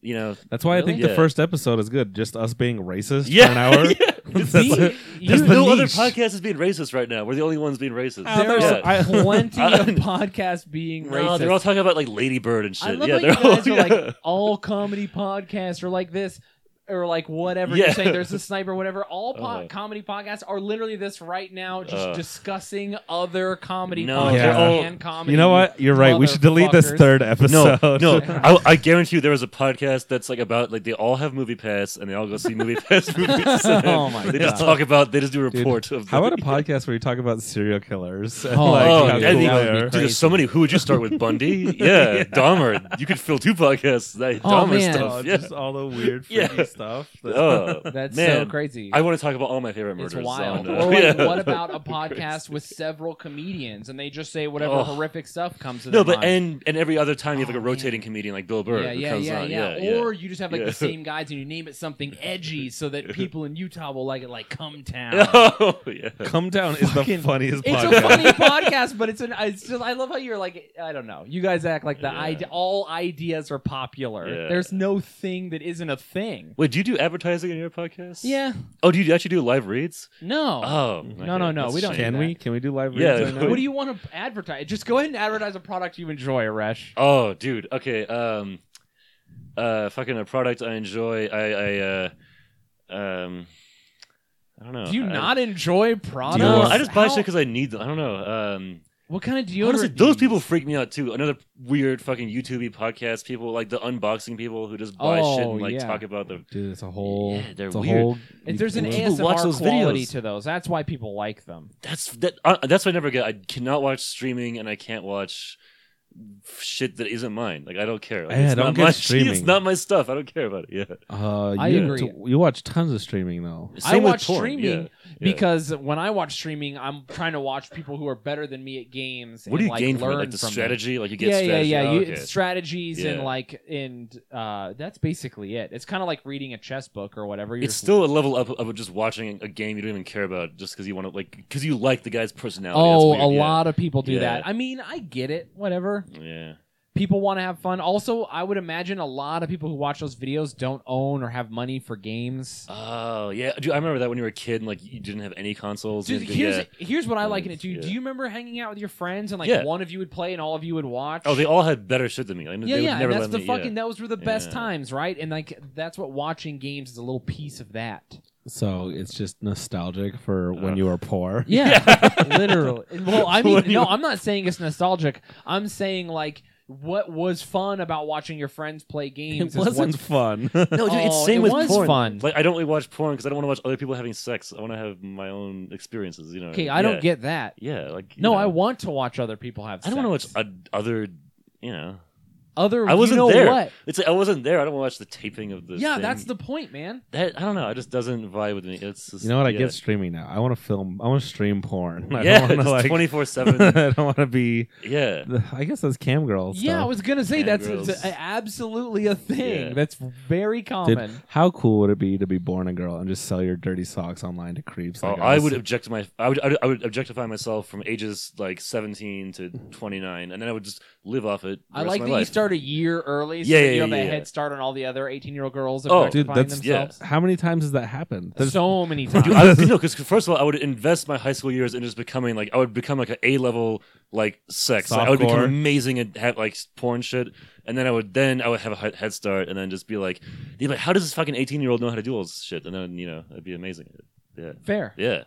Speaker 4: you know.
Speaker 3: That's why I think the
Speaker 4: Yeah.
Speaker 3: first episode is good. Just us being racist for
Speaker 4: Yeah,
Speaker 3: an hour.
Speaker 4: yeah.
Speaker 3: That's
Speaker 2: See,
Speaker 3: it.
Speaker 2: you-
Speaker 4: There's
Speaker 3: the
Speaker 4: no other
Speaker 3: niche.
Speaker 4: podcast is being racist right now. We're the only ones being racist.
Speaker 3: Oh,
Speaker 2: there's
Speaker 3: there's- I-
Speaker 2: plenty of
Speaker 4: I-
Speaker 2: podcasts being
Speaker 4: No,
Speaker 2: racist.
Speaker 4: they're all talking about like Lady Bird and shit.
Speaker 2: I love
Speaker 4: yeah,
Speaker 2: how
Speaker 4: they're
Speaker 2: you guys
Speaker 4: all,
Speaker 2: are
Speaker 4: yeah.
Speaker 2: like all comedy podcasts or like this or like whatever
Speaker 4: Yeah.
Speaker 2: you're saying. There's a sniper, whatever. All po-
Speaker 4: Uh.
Speaker 2: comedy podcasts are literally this right now, just
Speaker 4: Uh.
Speaker 2: discussing other comedy
Speaker 4: No,
Speaker 2: podcasts
Speaker 3: they're all-
Speaker 2: and comedy.
Speaker 3: You know what? You're right. We should delete this
Speaker 2: motherfuckers.
Speaker 3: third episode.
Speaker 4: No, no, I, I guarantee you there was a podcast that's like about like they all have movie pass and they all go see movie pass movies.
Speaker 2: Oh my
Speaker 4: they just
Speaker 2: God.
Speaker 4: talk about they just do a report of
Speaker 3: How
Speaker 4: the-
Speaker 3: about a podcast where you talk about serial killers? And
Speaker 2: Oh,
Speaker 3: like,
Speaker 4: oh,
Speaker 3: how
Speaker 4: that'd
Speaker 3: cool
Speaker 4: be-
Speaker 3: they
Speaker 2: that would be
Speaker 3: are.
Speaker 4: Dude, there's so many. Who would you start with? Bundy? Yeah, Dahmer. You could fill two podcasts. That
Speaker 2: Oh,
Speaker 4: Dahmer
Speaker 2: man.
Speaker 3: Oh,
Speaker 4: stuff. Yeah.
Speaker 3: Just all the weird,
Speaker 4: Yeah.
Speaker 3: freaky stuff. that-
Speaker 4: Oh,
Speaker 2: That's
Speaker 4: man.
Speaker 2: so crazy.
Speaker 4: I want to talk about all my favorite murders.
Speaker 2: it's wild.
Speaker 4: on, uh,
Speaker 2: Or like,
Speaker 4: yeah.
Speaker 2: what about a podcast with several comedians and they just say whatever
Speaker 4: Oh.
Speaker 2: horrific stuff comes to
Speaker 4: No,
Speaker 2: their
Speaker 4: but
Speaker 2: mind?
Speaker 4: and and every other time you have like
Speaker 2: Oh,
Speaker 4: a rotating
Speaker 2: man.
Speaker 4: comedian like Bill Burr
Speaker 2: yeah,
Speaker 4: who
Speaker 2: yeah,
Speaker 4: comes
Speaker 2: yeah,
Speaker 4: on.
Speaker 2: yeah,
Speaker 4: yeah.
Speaker 2: Or you just have like
Speaker 4: Yeah.
Speaker 2: the same guys and you name it something edgy so that people in Utah will like it, like Come Town.
Speaker 4: oh, yeah.
Speaker 3: Come Down is the
Speaker 2: Fucking-
Speaker 3: funniest
Speaker 2: It's
Speaker 3: podcast.
Speaker 2: a funny podcast, but it's an. It's just. I love how you're like. I don't know. You guys act like the
Speaker 4: Yeah.
Speaker 2: ide- all ideas are popular.
Speaker 4: Yeah.
Speaker 2: There's no thing that isn't a thing.
Speaker 4: Wait, do you do advertising in your podcast?
Speaker 2: Yeah.
Speaker 4: Oh, do you actually do live reads?
Speaker 2: No.
Speaker 4: Oh,
Speaker 2: No, no, no, we don't
Speaker 4: care.
Speaker 3: Can
Speaker 2: do
Speaker 3: we?
Speaker 2: that.
Speaker 3: Can we do live
Speaker 4: Yeah.
Speaker 3: reads right now?
Speaker 2: what do you want to advertise? Just go ahead and advertise a product you enjoy, Resh.
Speaker 4: Oh, dude. Okay. Um, uh, fucking a product I enjoy. I, I, uh, um, I don't know.
Speaker 2: Do you
Speaker 4: I,
Speaker 2: not enjoy products?
Speaker 3: Do you
Speaker 4: No,
Speaker 3: want-
Speaker 4: I just buy
Speaker 2: How-
Speaker 4: shit because I need them. I don't know. Um,
Speaker 2: What kind of deodorant?
Speaker 4: honestly,
Speaker 2: do
Speaker 4: those
Speaker 2: you
Speaker 4: people
Speaker 2: use?
Speaker 4: freak me out too. Another weird fucking YouTube podcast people, like the unboxing people who just buy shit
Speaker 2: Oh,
Speaker 4: and like
Speaker 2: yeah.
Speaker 4: talk about the.
Speaker 3: Dude, it's a whole.
Speaker 4: Yeah, they're
Speaker 3: it's a
Speaker 4: weird.
Speaker 3: whole.
Speaker 2: And there's an
Speaker 4: People
Speaker 2: ASMR
Speaker 4: watch those
Speaker 2: quality
Speaker 4: videos.
Speaker 2: to those. That's why people like them.
Speaker 4: That's that. Uh, that's what I never get. I cannot watch streaming, and I can't watch shit that isn't mine. Like I don't care. Like,
Speaker 3: Yeah,
Speaker 4: it's
Speaker 3: don't
Speaker 4: not
Speaker 3: get
Speaker 4: my, It's
Speaker 3: streaming.
Speaker 4: not my stuff. I don't care about it. Yeah.
Speaker 3: Uh,
Speaker 2: I
Speaker 3: you,
Speaker 2: agree.
Speaker 3: You watch tons of streaming though.
Speaker 2: I
Speaker 4: Same with
Speaker 2: watch
Speaker 4: porn, yeah,
Speaker 2: streaming
Speaker 4: yeah.
Speaker 2: because when I watch streaming, I'm trying to watch people who are better than me at games.
Speaker 4: What
Speaker 2: and,
Speaker 4: do you
Speaker 2: like,
Speaker 4: gain from
Speaker 2: learn
Speaker 4: it? Like the
Speaker 2: them.
Speaker 4: strategy? Like you get
Speaker 2: Yeah, yeah,
Speaker 4: strategy.
Speaker 2: yeah.
Speaker 4: Oh,
Speaker 2: you,
Speaker 4: okay.
Speaker 2: It's strategies and
Speaker 4: Yeah.
Speaker 2: like and uh, that's basically it. It's kind of like reading a chess book or whatever. You're
Speaker 4: It's
Speaker 2: just-
Speaker 4: still a level up of just watching a game you don't even care about just because you want to like because you like the guy's personality. That's
Speaker 2: oh,
Speaker 4: weird,
Speaker 2: a
Speaker 4: yeah.
Speaker 2: lot of people do
Speaker 4: Yeah.
Speaker 2: that. I mean, I get it. Whatever.
Speaker 4: Yeah.
Speaker 2: people want to have fun. Also, I would imagine a lot of people who watch those videos don't own or have money for games.
Speaker 4: Oh yeah. Dude, I remember that when you were a kid and like you didn't have any consoles.
Speaker 2: Dude,
Speaker 4: you didn't-
Speaker 2: here's
Speaker 4: yeah.
Speaker 2: here's what I like in it. Do you,
Speaker 4: Yeah.
Speaker 2: do you remember hanging out with your friends and like
Speaker 4: Yeah.
Speaker 2: one of you would play and all of you would watch?
Speaker 4: Oh, they all had better shit than me. Like,
Speaker 2: yeah,
Speaker 4: they would
Speaker 2: yeah, and
Speaker 4: never
Speaker 2: that's
Speaker 4: let
Speaker 2: the
Speaker 4: me, yeah.
Speaker 2: fucking those were the best
Speaker 4: Yeah.
Speaker 2: times, right? And like that's what watching games is a little piece of that.
Speaker 3: So it's just nostalgic for when
Speaker 4: Uh.
Speaker 3: you were poor.
Speaker 2: Yeah, literally. Well, I mean,
Speaker 4: What do
Speaker 2: no,
Speaker 4: you-
Speaker 2: I'm not saying it's nostalgic. I'm saying like what was fun about watching your friends play games is
Speaker 3: It
Speaker 2: what's
Speaker 3: wasn't fun.
Speaker 4: No, dude,
Speaker 2: Oh,
Speaker 4: it's same
Speaker 2: it
Speaker 4: with
Speaker 2: was
Speaker 4: porn.
Speaker 2: fun.
Speaker 4: Like I don't really watch porn because I don't want to watch other people having sex. I want to have my own experiences. You know.
Speaker 2: Okay, I don't get that.
Speaker 4: Yeah, like you
Speaker 2: No,
Speaker 4: know,
Speaker 2: I want to watch other people have.
Speaker 4: I don't want to
Speaker 2: sex.
Speaker 4: watch a, other. You know.
Speaker 2: Other,
Speaker 4: I wasn't
Speaker 2: you know
Speaker 4: there.
Speaker 2: What?
Speaker 4: It's like, I wasn't there. I don't want to watch the taping of this.
Speaker 2: Yeah,
Speaker 4: thing.
Speaker 2: that's the point, man.
Speaker 4: that. I don't know. It just doesn't vibe with me. It's just,
Speaker 3: You know what? I
Speaker 4: yeah.
Speaker 3: get streaming now. I want to film. I want to stream porn. I
Speaker 4: yeah,
Speaker 3: don't want to like.
Speaker 4: twenty four seven.
Speaker 3: I don't want to be.
Speaker 4: Yeah,
Speaker 3: I guess that's cam girl.
Speaker 2: Yeah, I was gonna say
Speaker 4: Cam
Speaker 2: that's
Speaker 4: girls.
Speaker 2: it's a- absolutely a thing.
Speaker 4: Yeah.
Speaker 2: That's very
Speaker 3: Dude,
Speaker 2: common.
Speaker 3: how cool would it be to be born a girl and just sell your dirty socks online to creeps?
Speaker 4: Oh,
Speaker 3: like
Speaker 4: I
Speaker 3: us?
Speaker 4: would object my. I would. I would- I would objectify myself from ages like seventeen to twenty nine, and then I would just live off it. the
Speaker 2: I
Speaker 4: rest
Speaker 2: like
Speaker 4: of
Speaker 2: that
Speaker 4: my
Speaker 2: you
Speaker 4: life.
Speaker 2: start a year early, so
Speaker 4: Yeah,
Speaker 2: that
Speaker 4: yeah,
Speaker 2: you have
Speaker 4: yeah,
Speaker 2: a
Speaker 4: yeah.
Speaker 2: head start on all the other eighteen-year-old girls.
Speaker 4: Oh,
Speaker 2: objectifying
Speaker 3: dude, that's-
Speaker 4: yeah.
Speaker 2: themselves.
Speaker 3: How many times has that happened? There's-
Speaker 2: so many times.
Speaker 4: Dude, I would, no, because first of all, I would invest my high school years in just becoming like I would become like a A level like sex. Like, I would become
Speaker 3: Softcore.
Speaker 4: amazing at have, like porn shit, and then I would then I would have a he- head start, and then just be like, dude, like how does this fucking eighteen year old know how to do all this shit? And then you know, it'd be amazing. Yeah,
Speaker 2: Fair.
Speaker 4: yeah,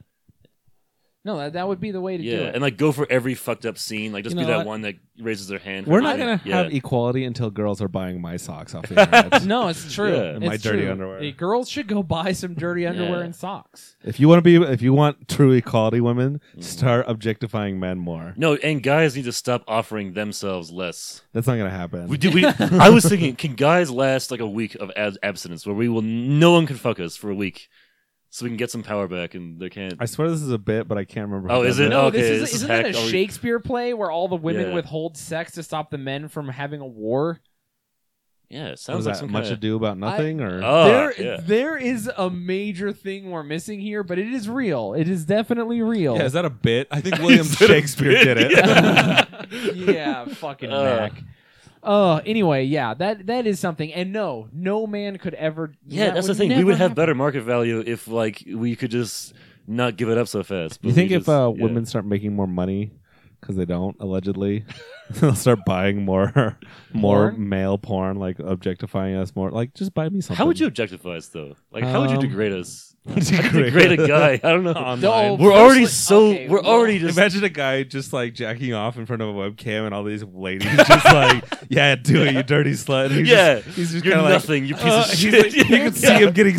Speaker 2: No, that, that would be the way to
Speaker 4: yeah,
Speaker 2: do it.
Speaker 4: and like go for every fucked up scene. Like just
Speaker 2: You
Speaker 4: be
Speaker 2: know
Speaker 4: that
Speaker 2: what?
Speaker 4: one that raises their hand. for
Speaker 3: We're not
Speaker 4: something.
Speaker 3: gonna
Speaker 4: yeah.
Speaker 3: have
Speaker 2: e-
Speaker 3: equality until girls are buying my socks off the internet.
Speaker 2: no, it's true.
Speaker 4: Yeah.
Speaker 3: My
Speaker 2: It's
Speaker 3: dirty
Speaker 2: true.
Speaker 3: underwear.
Speaker 2: The girls should go buy some dirty underwear
Speaker 4: Yeah.
Speaker 2: and socks.
Speaker 3: If you want to be, if you want true equality, women
Speaker 4: Mm.
Speaker 3: start objectifying men more.
Speaker 4: No, and guys need to stop offering themselves less.
Speaker 3: That's not gonna happen.
Speaker 4: We, do, we, I was thinking, can guys last like a week of ab- abstinence where we will no one can fuck us for a week, so we can get some power back and they can't.
Speaker 3: I swear this is a bit, but I can't remember.
Speaker 4: Oh,
Speaker 3: who
Speaker 4: is
Speaker 3: done
Speaker 4: it?
Speaker 2: No,
Speaker 4: okay,
Speaker 2: this is
Speaker 4: this is
Speaker 2: isn't that a
Speaker 4: hack- are we-
Speaker 2: Shakespeare play where all the women
Speaker 4: Yeah.
Speaker 2: withhold sex to stop the men from having a war?
Speaker 4: yeah, it
Speaker 3: What is
Speaker 4: sounds like
Speaker 3: that
Speaker 4: some
Speaker 3: much
Speaker 4: kinda,
Speaker 3: ado about nothing, or
Speaker 4: Oh,
Speaker 2: there,
Speaker 4: yeah.
Speaker 2: there is a major thing we're missing here, but it is real. It is definitely real.
Speaker 3: yeah, is that a bit? I think
Speaker 4: William
Speaker 3: William
Speaker 4: Is that a
Speaker 3: Shakespeare
Speaker 4: bit?
Speaker 3: did it.
Speaker 4: Yeah.
Speaker 2: yeah, fucking
Speaker 4: Uh.
Speaker 2: Mac. Oh, anyway, yeah, that that is something. And no, no man could ever.
Speaker 4: Yeah,
Speaker 2: that
Speaker 4: that's the
Speaker 2: would
Speaker 4: thing. We would
Speaker 2: never
Speaker 4: have
Speaker 2: happen.
Speaker 4: better market value if like we could just not give it up so fast. but
Speaker 3: You think
Speaker 4: we
Speaker 3: if
Speaker 4: just-
Speaker 3: uh,
Speaker 4: yeah.
Speaker 3: women start making more money because they don't allegedly, they'll start buying more, more
Speaker 2: Porn?
Speaker 3: male porn, like objectifying us more. Like, just buy me something.
Speaker 4: how would you objectify us though? Like, how would you
Speaker 3: Um,
Speaker 4: degrade us?
Speaker 3: degrade-
Speaker 4: degrade a guy? I don't know.
Speaker 2: No,
Speaker 4: we're already
Speaker 2: firstly-
Speaker 4: so.
Speaker 2: okay,
Speaker 4: we're
Speaker 2: well-
Speaker 4: already just.
Speaker 3: Imagine a guy just like jacking off in front of a webcam, and all these ladies just like, "Yeah, do it, you dirty slut." And he's
Speaker 4: yeah,
Speaker 3: just, he's just
Speaker 4: you're
Speaker 3: kind of like,
Speaker 4: nothing. you piece
Speaker 3: uh,
Speaker 4: of
Speaker 3: he's
Speaker 4: shit.
Speaker 3: like- you can see him getting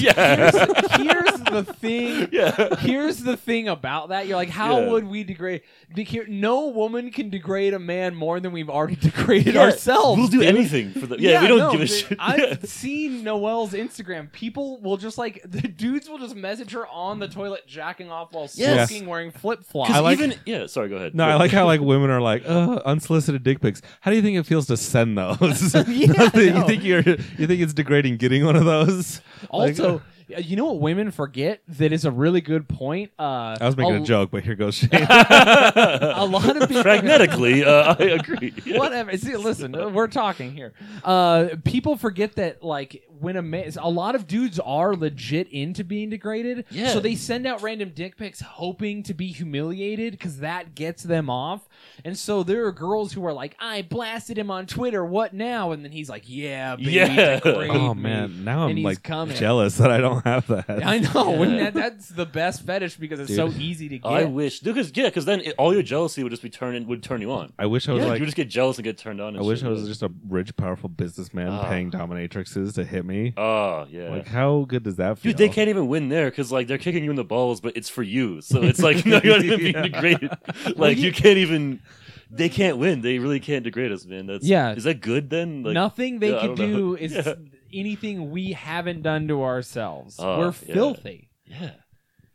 Speaker 4: Yeah.
Speaker 2: Here's the thing.
Speaker 4: yeah.
Speaker 2: Here's the thing about that. You're like, how
Speaker 4: Yeah.
Speaker 2: would we degrade? Because no woman can degrade a man more than we've already degraded
Speaker 4: Yeah,
Speaker 2: ourselves.
Speaker 4: We'll do
Speaker 2: dude.
Speaker 4: anything for the Yeah, we don't
Speaker 2: no,
Speaker 4: give a
Speaker 2: dude,
Speaker 4: shit. Yeah.
Speaker 2: I've seen Noelle's Instagram. People will just like the dudes will just message her on the toilet, jacking off while
Speaker 4: Yes.
Speaker 2: smoking, wearing flip
Speaker 4: 'Cause
Speaker 3: I
Speaker 2: flops.
Speaker 3: like-
Speaker 4: even yeah, sorry, go ahead.
Speaker 3: No, I like how like women are like uh, unsolicited dick pics. How do you think it feels to send those?
Speaker 2: Yeah, I know.
Speaker 3: you think you're you think it's degrading getting one of those? Like,
Speaker 2: Also,
Speaker 4: uh,
Speaker 2: you know what women forget? That is a really good point. Uh,
Speaker 3: I was making a,
Speaker 2: a-
Speaker 3: joke, but here goes Shane.
Speaker 2: A lot of people
Speaker 4: Pragmatically, uh, I agree. Yeah.
Speaker 2: whatever. See, listen, uh, we're talking here. Uh, people forget that like when a man, a lot of dudes are legit into being degraded.
Speaker 4: Yeah.
Speaker 2: So they send out random dick pics hoping to be humiliated because that gets them off. And so there are girls who are like, "I blasted him on Twitter. What now?" And then he's like, "Yeah, baby,
Speaker 4: Yeah.
Speaker 2: degrade
Speaker 3: oh
Speaker 2: me."
Speaker 3: man, now
Speaker 2: And
Speaker 3: I'm
Speaker 2: he's
Speaker 3: like
Speaker 2: coming.
Speaker 3: jealous that I don't have that.
Speaker 2: I know.
Speaker 4: Yeah.
Speaker 2: wouldn't That, that's the best fetish because it's so easy to get.
Speaker 4: I wish because yeah, because then it, all your jealousy would just be turning would turn you on.
Speaker 3: I wish I
Speaker 4: Yeah,
Speaker 3: was
Speaker 4: you would
Speaker 3: like
Speaker 4: just get jealous and get turned on. And
Speaker 3: I wish
Speaker 4: shit,
Speaker 3: I was
Speaker 4: yeah.
Speaker 3: just a rich, powerful businessman
Speaker 4: Ah.
Speaker 3: paying dominatrixes to hit me.
Speaker 4: Oh yeah.
Speaker 3: Like how good does that feel?
Speaker 4: Dude, they can't even win there because like they're kicking you in the balls, but it's for you. So it's like no, you're not even being
Speaker 3: Yeah.
Speaker 4: degraded. Like
Speaker 2: you-
Speaker 4: you, can't even. They can't win. They really can't degrade us, man. That's
Speaker 2: Yeah.
Speaker 4: Is that good then? Like,
Speaker 2: Nothing they
Speaker 4: yeah, I
Speaker 2: can
Speaker 4: don't know.
Speaker 2: do is
Speaker 4: Yeah.
Speaker 2: anything we haven't done to ourselves.
Speaker 4: Oh,
Speaker 2: We're
Speaker 4: yeah.
Speaker 2: filthy.
Speaker 4: Yeah.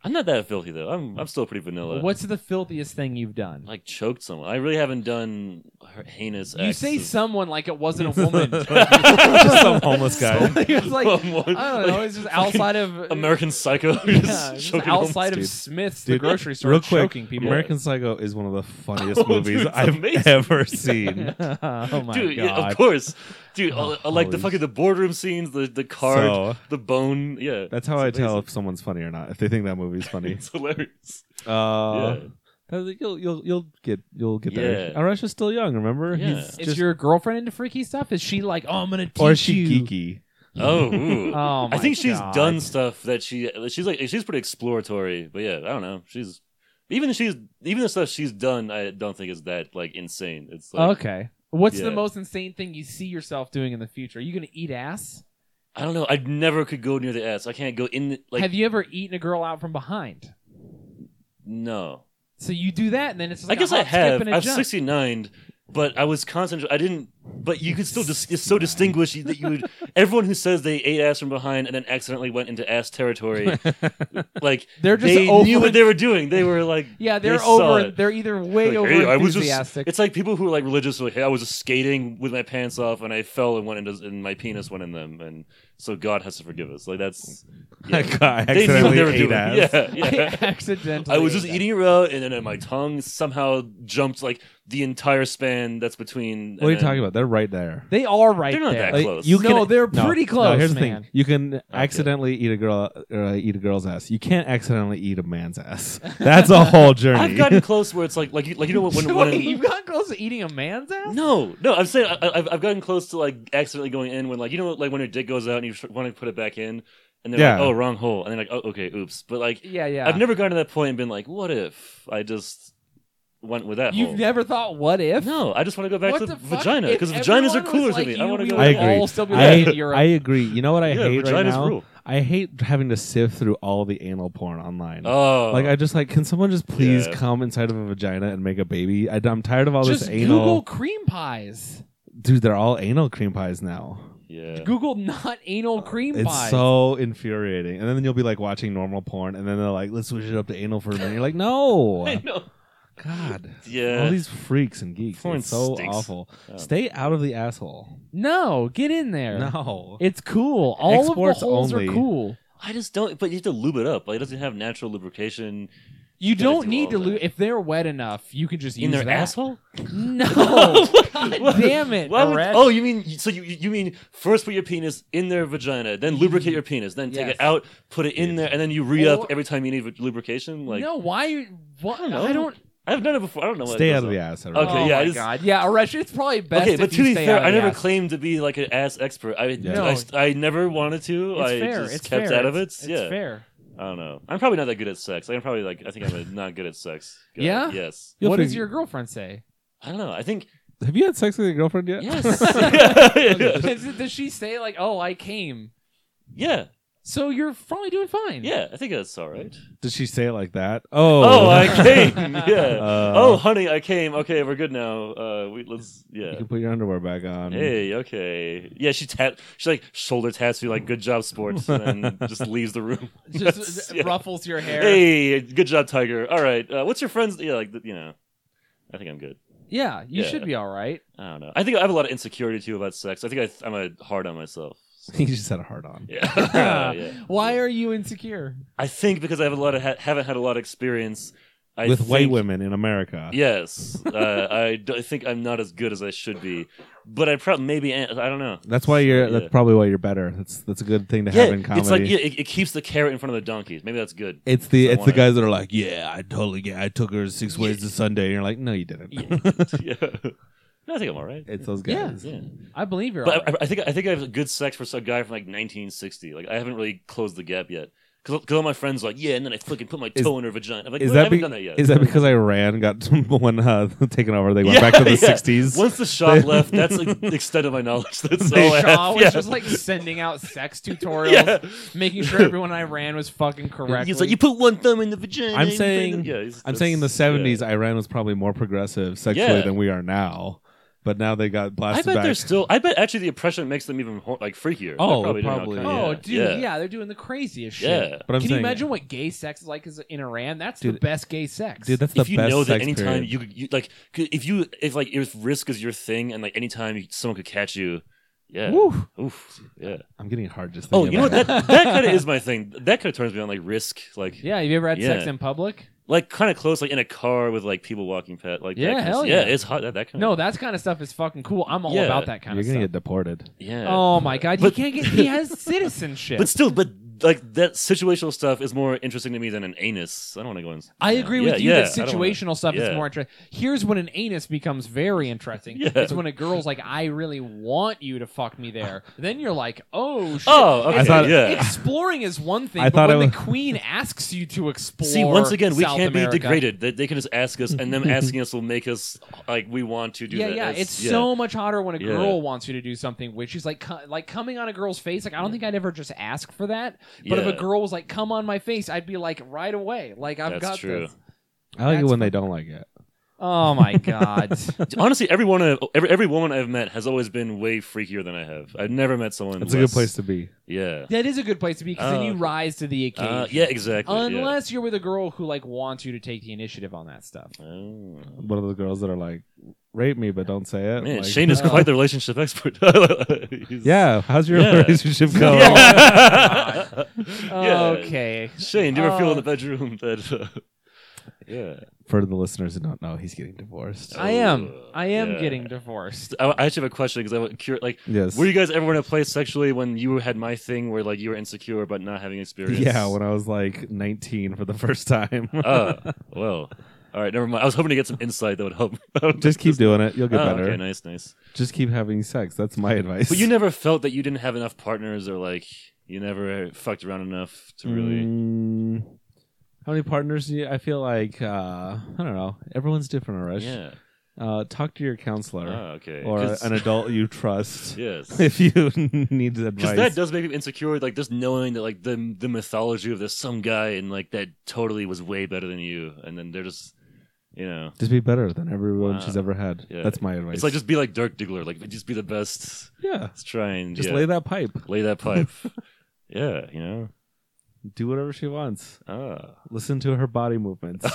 Speaker 4: I'm not that filthy though. I'm I'm still pretty vanilla.
Speaker 2: What's the filthiest thing you've done?
Speaker 4: like choked someone. I really haven't done her- heinous.
Speaker 2: You
Speaker 4: acts
Speaker 2: say
Speaker 4: of-
Speaker 2: someone like it wasn't a woman.
Speaker 3: just some homeless guy.
Speaker 2: Somebody was like, I
Speaker 4: Someone-
Speaker 2: don't know. It's just outside of
Speaker 4: American Psycho.
Speaker 2: Yeah,
Speaker 4: just
Speaker 2: just
Speaker 4: choking
Speaker 2: outside of
Speaker 4: homeless
Speaker 2: Smith's,
Speaker 3: Dude,
Speaker 2: the grocery store,
Speaker 3: real quick,
Speaker 2: choking people.
Speaker 3: American Psycho is one of the funniest
Speaker 4: Oh, dude,
Speaker 3: movies
Speaker 4: it's
Speaker 3: I've
Speaker 4: amazing.
Speaker 3: ever seen.
Speaker 2: oh my
Speaker 4: dude. yeah,
Speaker 2: god!
Speaker 4: of course, dude.
Speaker 3: Oh,
Speaker 4: uh, like the
Speaker 3: holy
Speaker 4: fucking the boardroom scenes, the the card,
Speaker 3: So-
Speaker 4: the bone. Yeah,
Speaker 3: That's how I
Speaker 4: It's
Speaker 3: tell
Speaker 4: amazing.
Speaker 3: if someone's funny or not. If they think that movie's funny,
Speaker 4: It's hilarious.
Speaker 3: uh,
Speaker 4: Yeah.
Speaker 3: that- you'll you'll you'll get you'll get there.
Speaker 4: Yeah.
Speaker 3: Arash is still young. Remember,
Speaker 4: Yeah.
Speaker 3: he's
Speaker 2: Is
Speaker 3: just
Speaker 2: your girlfriend into freaky stuff? Is she like, oh, I'm gonna teach
Speaker 3: or is she
Speaker 2: you?
Speaker 3: geeky?
Speaker 4: Oh, ooh.
Speaker 2: Oh my
Speaker 4: I think she's
Speaker 2: God.
Speaker 4: done stuff that she she's like she's pretty exploratory, but yeah, I don't know. She's even if she's even the stuff she's done, I don't think is that like insane. It's like
Speaker 2: Okay. What's the
Speaker 4: Yeah.
Speaker 2: most insane thing you see yourself doing in the future? Are you gonna eat ass?
Speaker 4: I don't know. I never could go near the ass. I can't go in. The, like
Speaker 2: Have you ever eaten a girl out from behind?
Speaker 4: no.
Speaker 2: So you do that, and then it's just
Speaker 4: I
Speaker 2: like
Speaker 4: guess
Speaker 2: a
Speaker 4: I
Speaker 2: hop, skip,
Speaker 4: have.
Speaker 2: and a
Speaker 4: I've
Speaker 2: jump.
Speaker 4: 69, but I was concentrating. I didn't But you could still dis- it's so distinguished that you would everyone who says they ate ass from behind and then accidentally went into ass territory, like
Speaker 2: They're just
Speaker 4: they
Speaker 2: over-
Speaker 4: knew what they were doing. They were like,
Speaker 2: Yeah, they're
Speaker 4: they saw
Speaker 2: over.
Speaker 4: it.
Speaker 2: They're either way
Speaker 4: Like,
Speaker 2: over
Speaker 4: "Hey, I was just-
Speaker 2: enthusiastic.
Speaker 4: it's like people who are like religious, like, hey, I was just skating with my pants off and I fell and went into and my penis went in them, and so God has to forgive us. Like that's yeah.
Speaker 3: God,
Speaker 4: they knew
Speaker 3: accidentally
Speaker 4: what they were
Speaker 3: ate
Speaker 4: doing.
Speaker 3: ass.
Speaker 4: Yeah, yeah.
Speaker 2: I accidentally.
Speaker 4: I was just
Speaker 2: ate
Speaker 4: eating a row, and then my tongue somehow jumped like the entire span that's between.
Speaker 3: What are you talking about? They're right there.
Speaker 2: that. They are right
Speaker 4: They're not
Speaker 2: there.
Speaker 4: that
Speaker 3: Like,
Speaker 4: close.
Speaker 3: you
Speaker 2: no,
Speaker 3: can-
Speaker 2: they're
Speaker 3: No,
Speaker 2: pretty
Speaker 3: no,
Speaker 2: close.
Speaker 3: here's the
Speaker 2: man.
Speaker 3: thing: you can accidentally eat a girl or uh, eat a girl's ass. You can't accidentally eat a man's ass. That's a whole journey.
Speaker 4: I've gotten close where it's like, like you, like you know what? When, when,
Speaker 2: Wait, you've gotten close to eating a man's ass?
Speaker 4: no, no, I'm saying I, I've, I've gotten close to like accidentally going in when like you know like when your dick goes out and you want to put it back in, and they're like,
Speaker 3: Yeah.
Speaker 4: oh, wrong hole, and then like, oh, okay, oops. But like,
Speaker 2: Yeah, yeah.
Speaker 4: I've never gotten to that point and been like, what if I just went with that?
Speaker 2: You've
Speaker 4: hole?
Speaker 2: never thought, what if?
Speaker 4: No, I just want to go back
Speaker 2: What
Speaker 4: to
Speaker 2: the fuck?
Speaker 4: vagina
Speaker 2: If
Speaker 4: because vaginas are
Speaker 2: everyone was
Speaker 4: cooler
Speaker 2: like
Speaker 4: to me. I
Speaker 2: you,
Speaker 4: want to
Speaker 2: we
Speaker 4: go.
Speaker 3: I
Speaker 2: would
Speaker 4: with
Speaker 3: agree.
Speaker 2: all still be
Speaker 3: I,
Speaker 2: like, "You're a-
Speaker 3: I agree. You know what I
Speaker 4: Yeah,
Speaker 3: hate right
Speaker 4: vaginas
Speaker 3: now?
Speaker 4: rule.
Speaker 3: I hate having to sift through all the anal porn online.
Speaker 4: Oh,
Speaker 3: Like I just like, can someone just please
Speaker 4: Yeah.
Speaker 3: come inside of a vagina and make a baby? I, am tired of all
Speaker 2: Just
Speaker 3: this
Speaker 2: Google
Speaker 3: anal.
Speaker 2: cream pies.
Speaker 3: Dude, they're all anal cream pies now.
Speaker 4: yeah.
Speaker 2: Google not anal cream
Speaker 3: It's
Speaker 2: pies.
Speaker 3: so infuriating. And then you'll be like watching normal porn, and then they're like, "Let's switch it up to anal for a minute." You're like, "No,
Speaker 4: know.
Speaker 3: God, all
Speaker 4: Yeah.
Speaker 3: these freaks and geeks.
Speaker 4: Porn
Speaker 3: it's so
Speaker 4: stinks.
Speaker 3: awful.
Speaker 4: Yeah.
Speaker 3: Stay out of the asshole.
Speaker 2: no, get in there.
Speaker 3: No,
Speaker 2: It's cool. All
Speaker 3: Exports
Speaker 2: of the holes
Speaker 3: only.
Speaker 2: are cool.
Speaker 4: I just don't. But you have to lube it up. Like it doesn't have natural lubrication
Speaker 2: You
Speaker 4: gotta
Speaker 2: don't
Speaker 4: do
Speaker 2: need
Speaker 4: all
Speaker 2: to
Speaker 4: that.
Speaker 2: lose. If they're wet enough, you can just
Speaker 4: in
Speaker 2: use
Speaker 4: their
Speaker 2: that.
Speaker 4: asshole.
Speaker 2: No. God damn it.
Speaker 4: Why would-
Speaker 2: Erect.
Speaker 4: oh, you mean so you you mean first put your penis in their vagina, then lubricate your penis, then take
Speaker 2: Yes.
Speaker 4: it out, put it in there, and then you re up
Speaker 2: Or-
Speaker 4: every time you need lubrication. Like
Speaker 2: no, why? you- What?
Speaker 4: don't know.
Speaker 2: I don't.
Speaker 4: I've done it before. I don't know. what
Speaker 3: stay
Speaker 4: goes
Speaker 3: out of
Speaker 4: on.
Speaker 3: the asshole.
Speaker 4: Okay,
Speaker 2: oh
Speaker 4: yeah,
Speaker 2: my
Speaker 4: I just-
Speaker 2: God. Yeah, erection. It's probably best.
Speaker 4: Okay,
Speaker 2: if
Speaker 4: but
Speaker 2: you
Speaker 4: to be
Speaker 2: stay
Speaker 4: fair,
Speaker 2: out of
Speaker 4: I
Speaker 2: the
Speaker 4: never
Speaker 2: ass.
Speaker 4: claimed to be like an ass expert. I
Speaker 3: Yeah.
Speaker 4: I, I never wanted to.
Speaker 2: It's
Speaker 4: I
Speaker 2: fair.
Speaker 4: just
Speaker 2: it's
Speaker 4: kept
Speaker 2: fair.
Speaker 4: out of it.
Speaker 2: It's, it's
Speaker 4: yeah,
Speaker 2: fair.
Speaker 4: I don't know. I'm probably not that good at sex. I'm probably like I think I'm a not good at sex. guy.
Speaker 2: Yeah?
Speaker 4: Yes.
Speaker 3: You'll
Speaker 2: what does
Speaker 3: figure-
Speaker 2: your girlfriend say?
Speaker 4: I don't know. I think
Speaker 3: Have you had sex with your girlfriend yet?
Speaker 4: yes.
Speaker 2: does, does she say like, "Oh, I came"?
Speaker 4: yeah.
Speaker 2: So you're probably doing fine.
Speaker 4: Yeah. I think that's all right.
Speaker 3: Did she say it like that? Oh,
Speaker 4: Oh, I came.
Speaker 3: Uh,
Speaker 4: Yeah. oh, honey, I came. Okay, we're good now. Uh, we let's
Speaker 3: you
Speaker 4: yeah.
Speaker 3: can put your underwear back on.
Speaker 4: Hey, okay. Yeah, she tat. She like shoulder tats me like good job, sports, and then just leaves the room.
Speaker 2: Just
Speaker 4: Yeah.
Speaker 2: ruffles your hair.
Speaker 4: Hey, good job, Tiger. All right. Uh, what's your friend's? Yeah, like you know. I think I'm good.
Speaker 2: Yeah, you
Speaker 4: Yeah.
Speaker 2: should be all right.
Speaker 4: I don't know. I think I have a lot of insecurity too about sex. I think I, I'm a hard on myself.
Speaker 3: he just had a hard on.
Speaker 4: Yeah. yeah.
Speaker 2: Why are you insecure?
Speaker 4: I think because I have a lot of ha- haven't had a lot of experience I
Speaker 3: with white
Speaker 4: think-
Speaker 3: women in America.
Speaker 4: Yes, uh, I d- I think I'm not as good as I should be, but I probably maybe eh, I don't know.
Speaker 3: That's why you're. That's
Speaker 4: Yeah.
Speaker 3: probably why you're better. That's that's a good thing to
Speaker 4: yeah,
Speaker 3: have in comedy.
Speaker 4: it's like yeah, it, it keeps the carrot in front of the donkey. Maybe that's good.
Speaker 3: It's the
Speaker 4: So I
Speaker 3: it's the
Speaker 4: wanna-
Speaker 3: guys that are like, yeah, I totally get. I took her six ways to Sunday. And you're like, no, you didn't.
Speaker 4: yeah. No, I think I'm all right.
Speaker 3: it's those
Speaker 2: Yeah.
Speaker 3: guys.
Speaker 4: Yeah.
Speaker 2: I believe you're. all
Speaker 4: But I,
Speaker 2: right.
Speaker 4: I- I think I think I have good sex for some guy from like 1960. Like I haven't really closed the gap yet. Because all my friends are like, yeah, and then I fucking put my
Speaker 3: Is-
Speaker 4: toe in her vagina. I'm like,
Speaker 3: Is
Speaker 4: "No, I
Speaker 3: that,
Speaker 4: haven't
Speaker 3: be-
Speaker 4: done that yet.
Speaker 3: is that because I ran got when uh, taken over? They went
Speaker 4: Yeah,
Speaker 3: back to the
Speaker 4: yeah.
Speaker 3: '60s.
Speaker 4: Once the shot left, that's like, the extent of my knowledge. That's all I
Speaker 2: Shaw
Speaker 4: have.
Speaker 2: was
Speaker 4: Yeah.
Speaker 2: just like sending out sex tutorials,
Speaker 4: Yeah.
Speaker 2: making sure everyone in Iran was fucking correct.
Speaker 4: He's like, you put one thumb in the vagina.
Speaker 3: I'm
Speaker 4: you put
Speaker 3: saying-
Speaker 4: the-" he's-
Speaker 3: I'm saying in the
Speaker 4: that's- yeah.
Speaker 3: '70s, Iran was probably more progressive sexually
Speaker 4: Yeah.
Speaker 3: than we are now. But now they got
Speaker 4: I
Speaker 3: blasted
Speaker 4: bet
Speaker 3: back.
Speaker 4: they're still. I bet actually the oppression makes them even hor- like freakier.
Speaker 3: Oh,
Speaker 4: They're doing all
Speaker 3: probably,
Speaker 4: kinds of-
Speaker 2: oh,
Speaker 4: yeah.
Speaker 2: dude, yeah. they're doing the craziest shit.
Speaker 4: Yeah.
Speaker 3: But I'm
Speaker 2: Can you
Speaker 3: saying,
Speaker 2: imagine what gay sex is like is in Iran? That's the
Speaker 3: Dude,
Speaker 2: best gay sex.
Speaker 3: dude? That's the
Speaker 4: if you
Speaker 3: best
Speaker 4: know that
Speaker 3: sex
Speaker 4: anytime
Speaker 3: period.
Speaker 4: you, you like, c- if you if like if risk is your thing, and like anytime you- someone could catch you, yeah,
Speaker 2: Woo.
Speaker 4: oof, yeah.
Speaker 3: I'm getting hard just.
Speaker 4: Oh,
Speaker 3: thinking
Speaker 4: you know what?
Speaker 3: about
Speaker 4: That
Speaker 3: it.
Speaker 4: that kind of is my thing. That kind of turns me on, like risk, like
Speaker 2: Yeah, have you ever had sex
Speaker 4: Yeah.
Speaker 2: in public?
Speaker 4: like kind of close, like in a car with like people walking past, like that
Speaker 2: Yeah,
Speaker 4: kinda
Speaker 2: hell
Speaker 4: stuff.
Speaker 2: yeah.
Speaker 4: it's hot. That, that kind
Speaker 2: No,
Speaker 4: of
Speaker 2: that kind of stuff is fucking cool. I'm all
Speaker 4: Yeah.
Speaker 2: about that kind
Speaker 3: You're
Speaker 2: of
Speaker 3: gonna
Speaker 2: stuff.
Speaker 3: get deported.
Speaker 4: yeah.
Speaker 2: Oh my god,
Speaker 4: But-
Speaker 2: he can't get. He has citizenship.
Speaker 4: But still, but like that situational stuff is more interesting to me than an anus. I don't want to go in.
Speaker 2: I agree
Speaker 4: Yeah,
Speaker 2: with you
Speaker 4: yeah,
Speaker 2: that
Speaker 4: I don't wanna-
Speaker 2: situational stuff is
Speaker 4: yeah.
Speaker 2: more interesting. Here's when an anus becomes very interesting.
Speaker 4: Yeah.
Speaker 2: It's when a girl's like, "I really want you to fuck me there." Then you're like, "Oh shit!"
Speaker 4: Oh, okay,
Speaker 2: It's like,
Speaker 3: thought-
Speaker 4: yeah.
Speaker 2: Exploring is one thing,
Speaker 3: I
Speaker 2: but
Speaker 3: thought
Speaker 2: when
Speaker 3: it
Speaker 2: the
Speaker 3: was-
Speaker 2: queen asks you to explore,
Speaker 4: See, once again, we
Speaker 2: South
Speaker 4: can't
Speaker 2: America-
Speaker 4: be degraded. They, they can just ask us, and them asking us will make us like we want to do
Speaker 2: Yeah,
Speaker 4: that.
Speaker 2: yeah,
Speaker 4: That's-
Speaker 2: it's so much hotter when a
Speaker 4: Yeah.
Speaker 2: girl wants you to do something, which is like, co- like coming on a girl's face. Like, I don't think I'd ever just ask for that. But if
Speaker 4: Yeah.
Speaker 2: a girl was like, "Come on my face," I'd be like, right away. Like, I've
Speaker 4: That's
Speaker 2: got
Speaker 4: true.
Speaker 2: this.
Speaker 3: I like it
Speaker 2: That's
Speaker 3: when they don't like it.
Speaker 2: Oh my god.
Speaker 4: Honestly, every one of every, every woman I've met has always been way freakier than I have. I've never met someone.
Speaker 3: That's a good
Speaker 4: less-
Speaker 3: place to be.
Speaker 4: Yeah.
Speaker 2: that is a good place to be because then
Speaker 4: Oh,
Speaker 2: you
Speaker 4: okay.
Speaker 2: rise to the occasion.
Speaker 4: Uh, yeah. Exactly. yeah.
Speaker 2: Unless you're with a girl who like wants you to take the initiative on that stuff.
Speaker 4: Oh.
Speaker 3: One of the girls that are like, rape me, but don't say it.
Speaker 4: Man,
Speaker 3: Like-
Speaker 4: Shane is
Speaker 2: uh,
Speaker 4: quite the relationship expert. He's-
Speaker 3: Yeah, Oh. how's your
Speaker 4: Yeah.
Speaker 3: relationship going?
Speaker 4: Yeah. Yeah.
Speaker 2: Okay.
Speaker 4: Shane, do you ever feel
Speaker 2: Oh.
Speaker 4: in the bedroom that? Uh, yeah.
Speaker 3: For the listeners who don't know, he's getting divorced.
Speaker 2: I am. I am
Speaker 4: Yeah.
Speaker 2: getting divorced.
Speaker 4: I, I actually have a question because I was curious. Like,
Speaker 3: Yes.
Speaker 4: were you guys ever in a place sexually when you had my thing where like you were insecure about not having experience?
Speaker 3: yeah, when I was like 19 for the first time.
Speaker 4: uh, well, all right, never mind. I was hoping to get some insight that would help. out.
Speaker 3: Just keep doing it. You'll get
Speaker 4: Oh,
Speaker 3: better.
Speaker 4: Okay, nice, nice.
Speaker 3: Just keep having sex. That's my advice.
Speaker 4: But you never felt that you didn't have enough partners, or like you never fucked around enough to really.
Speaker 3: Mm, how many partners do you? I feel like, uh, I don't know. Everyone's different, Arash.
Speaker 4: Yeah.
Speaker 3: Uh, talk to your counselor
Speaker 4: Ah, okay.
Speaker 3: or
Speaker 4: 'Cause-
Speaker 3: an adult you trust
Speaker 4: yes.
Speaker 3: if you need advice.
Speaker 4: Because that does make me insecure, like just knowing that like the the mythology of this some guy and like that totally was way better than you, and then they're just, you know,
Speaker 3: Just be better than everyone
Speaker 4: Wow.
Speaker 3: she's ever had.
Speaker 4: Yeah.
Speaker 3: That's my advice.
Speaker 4: it's like just be like Dirk Diggler, like just be the best.
Speaker 3: yeah,
Speaker 4: Let's try and
Speaker 3: just
Speaker 4: yeah,
Speaker 3: lay that pipe.
Speaker 4: lay that pipe. yeah, you know.
Speaker 3: Do whatever she wants.
Speaker 4: Ah,
Speaker 3: Listen to her body movements.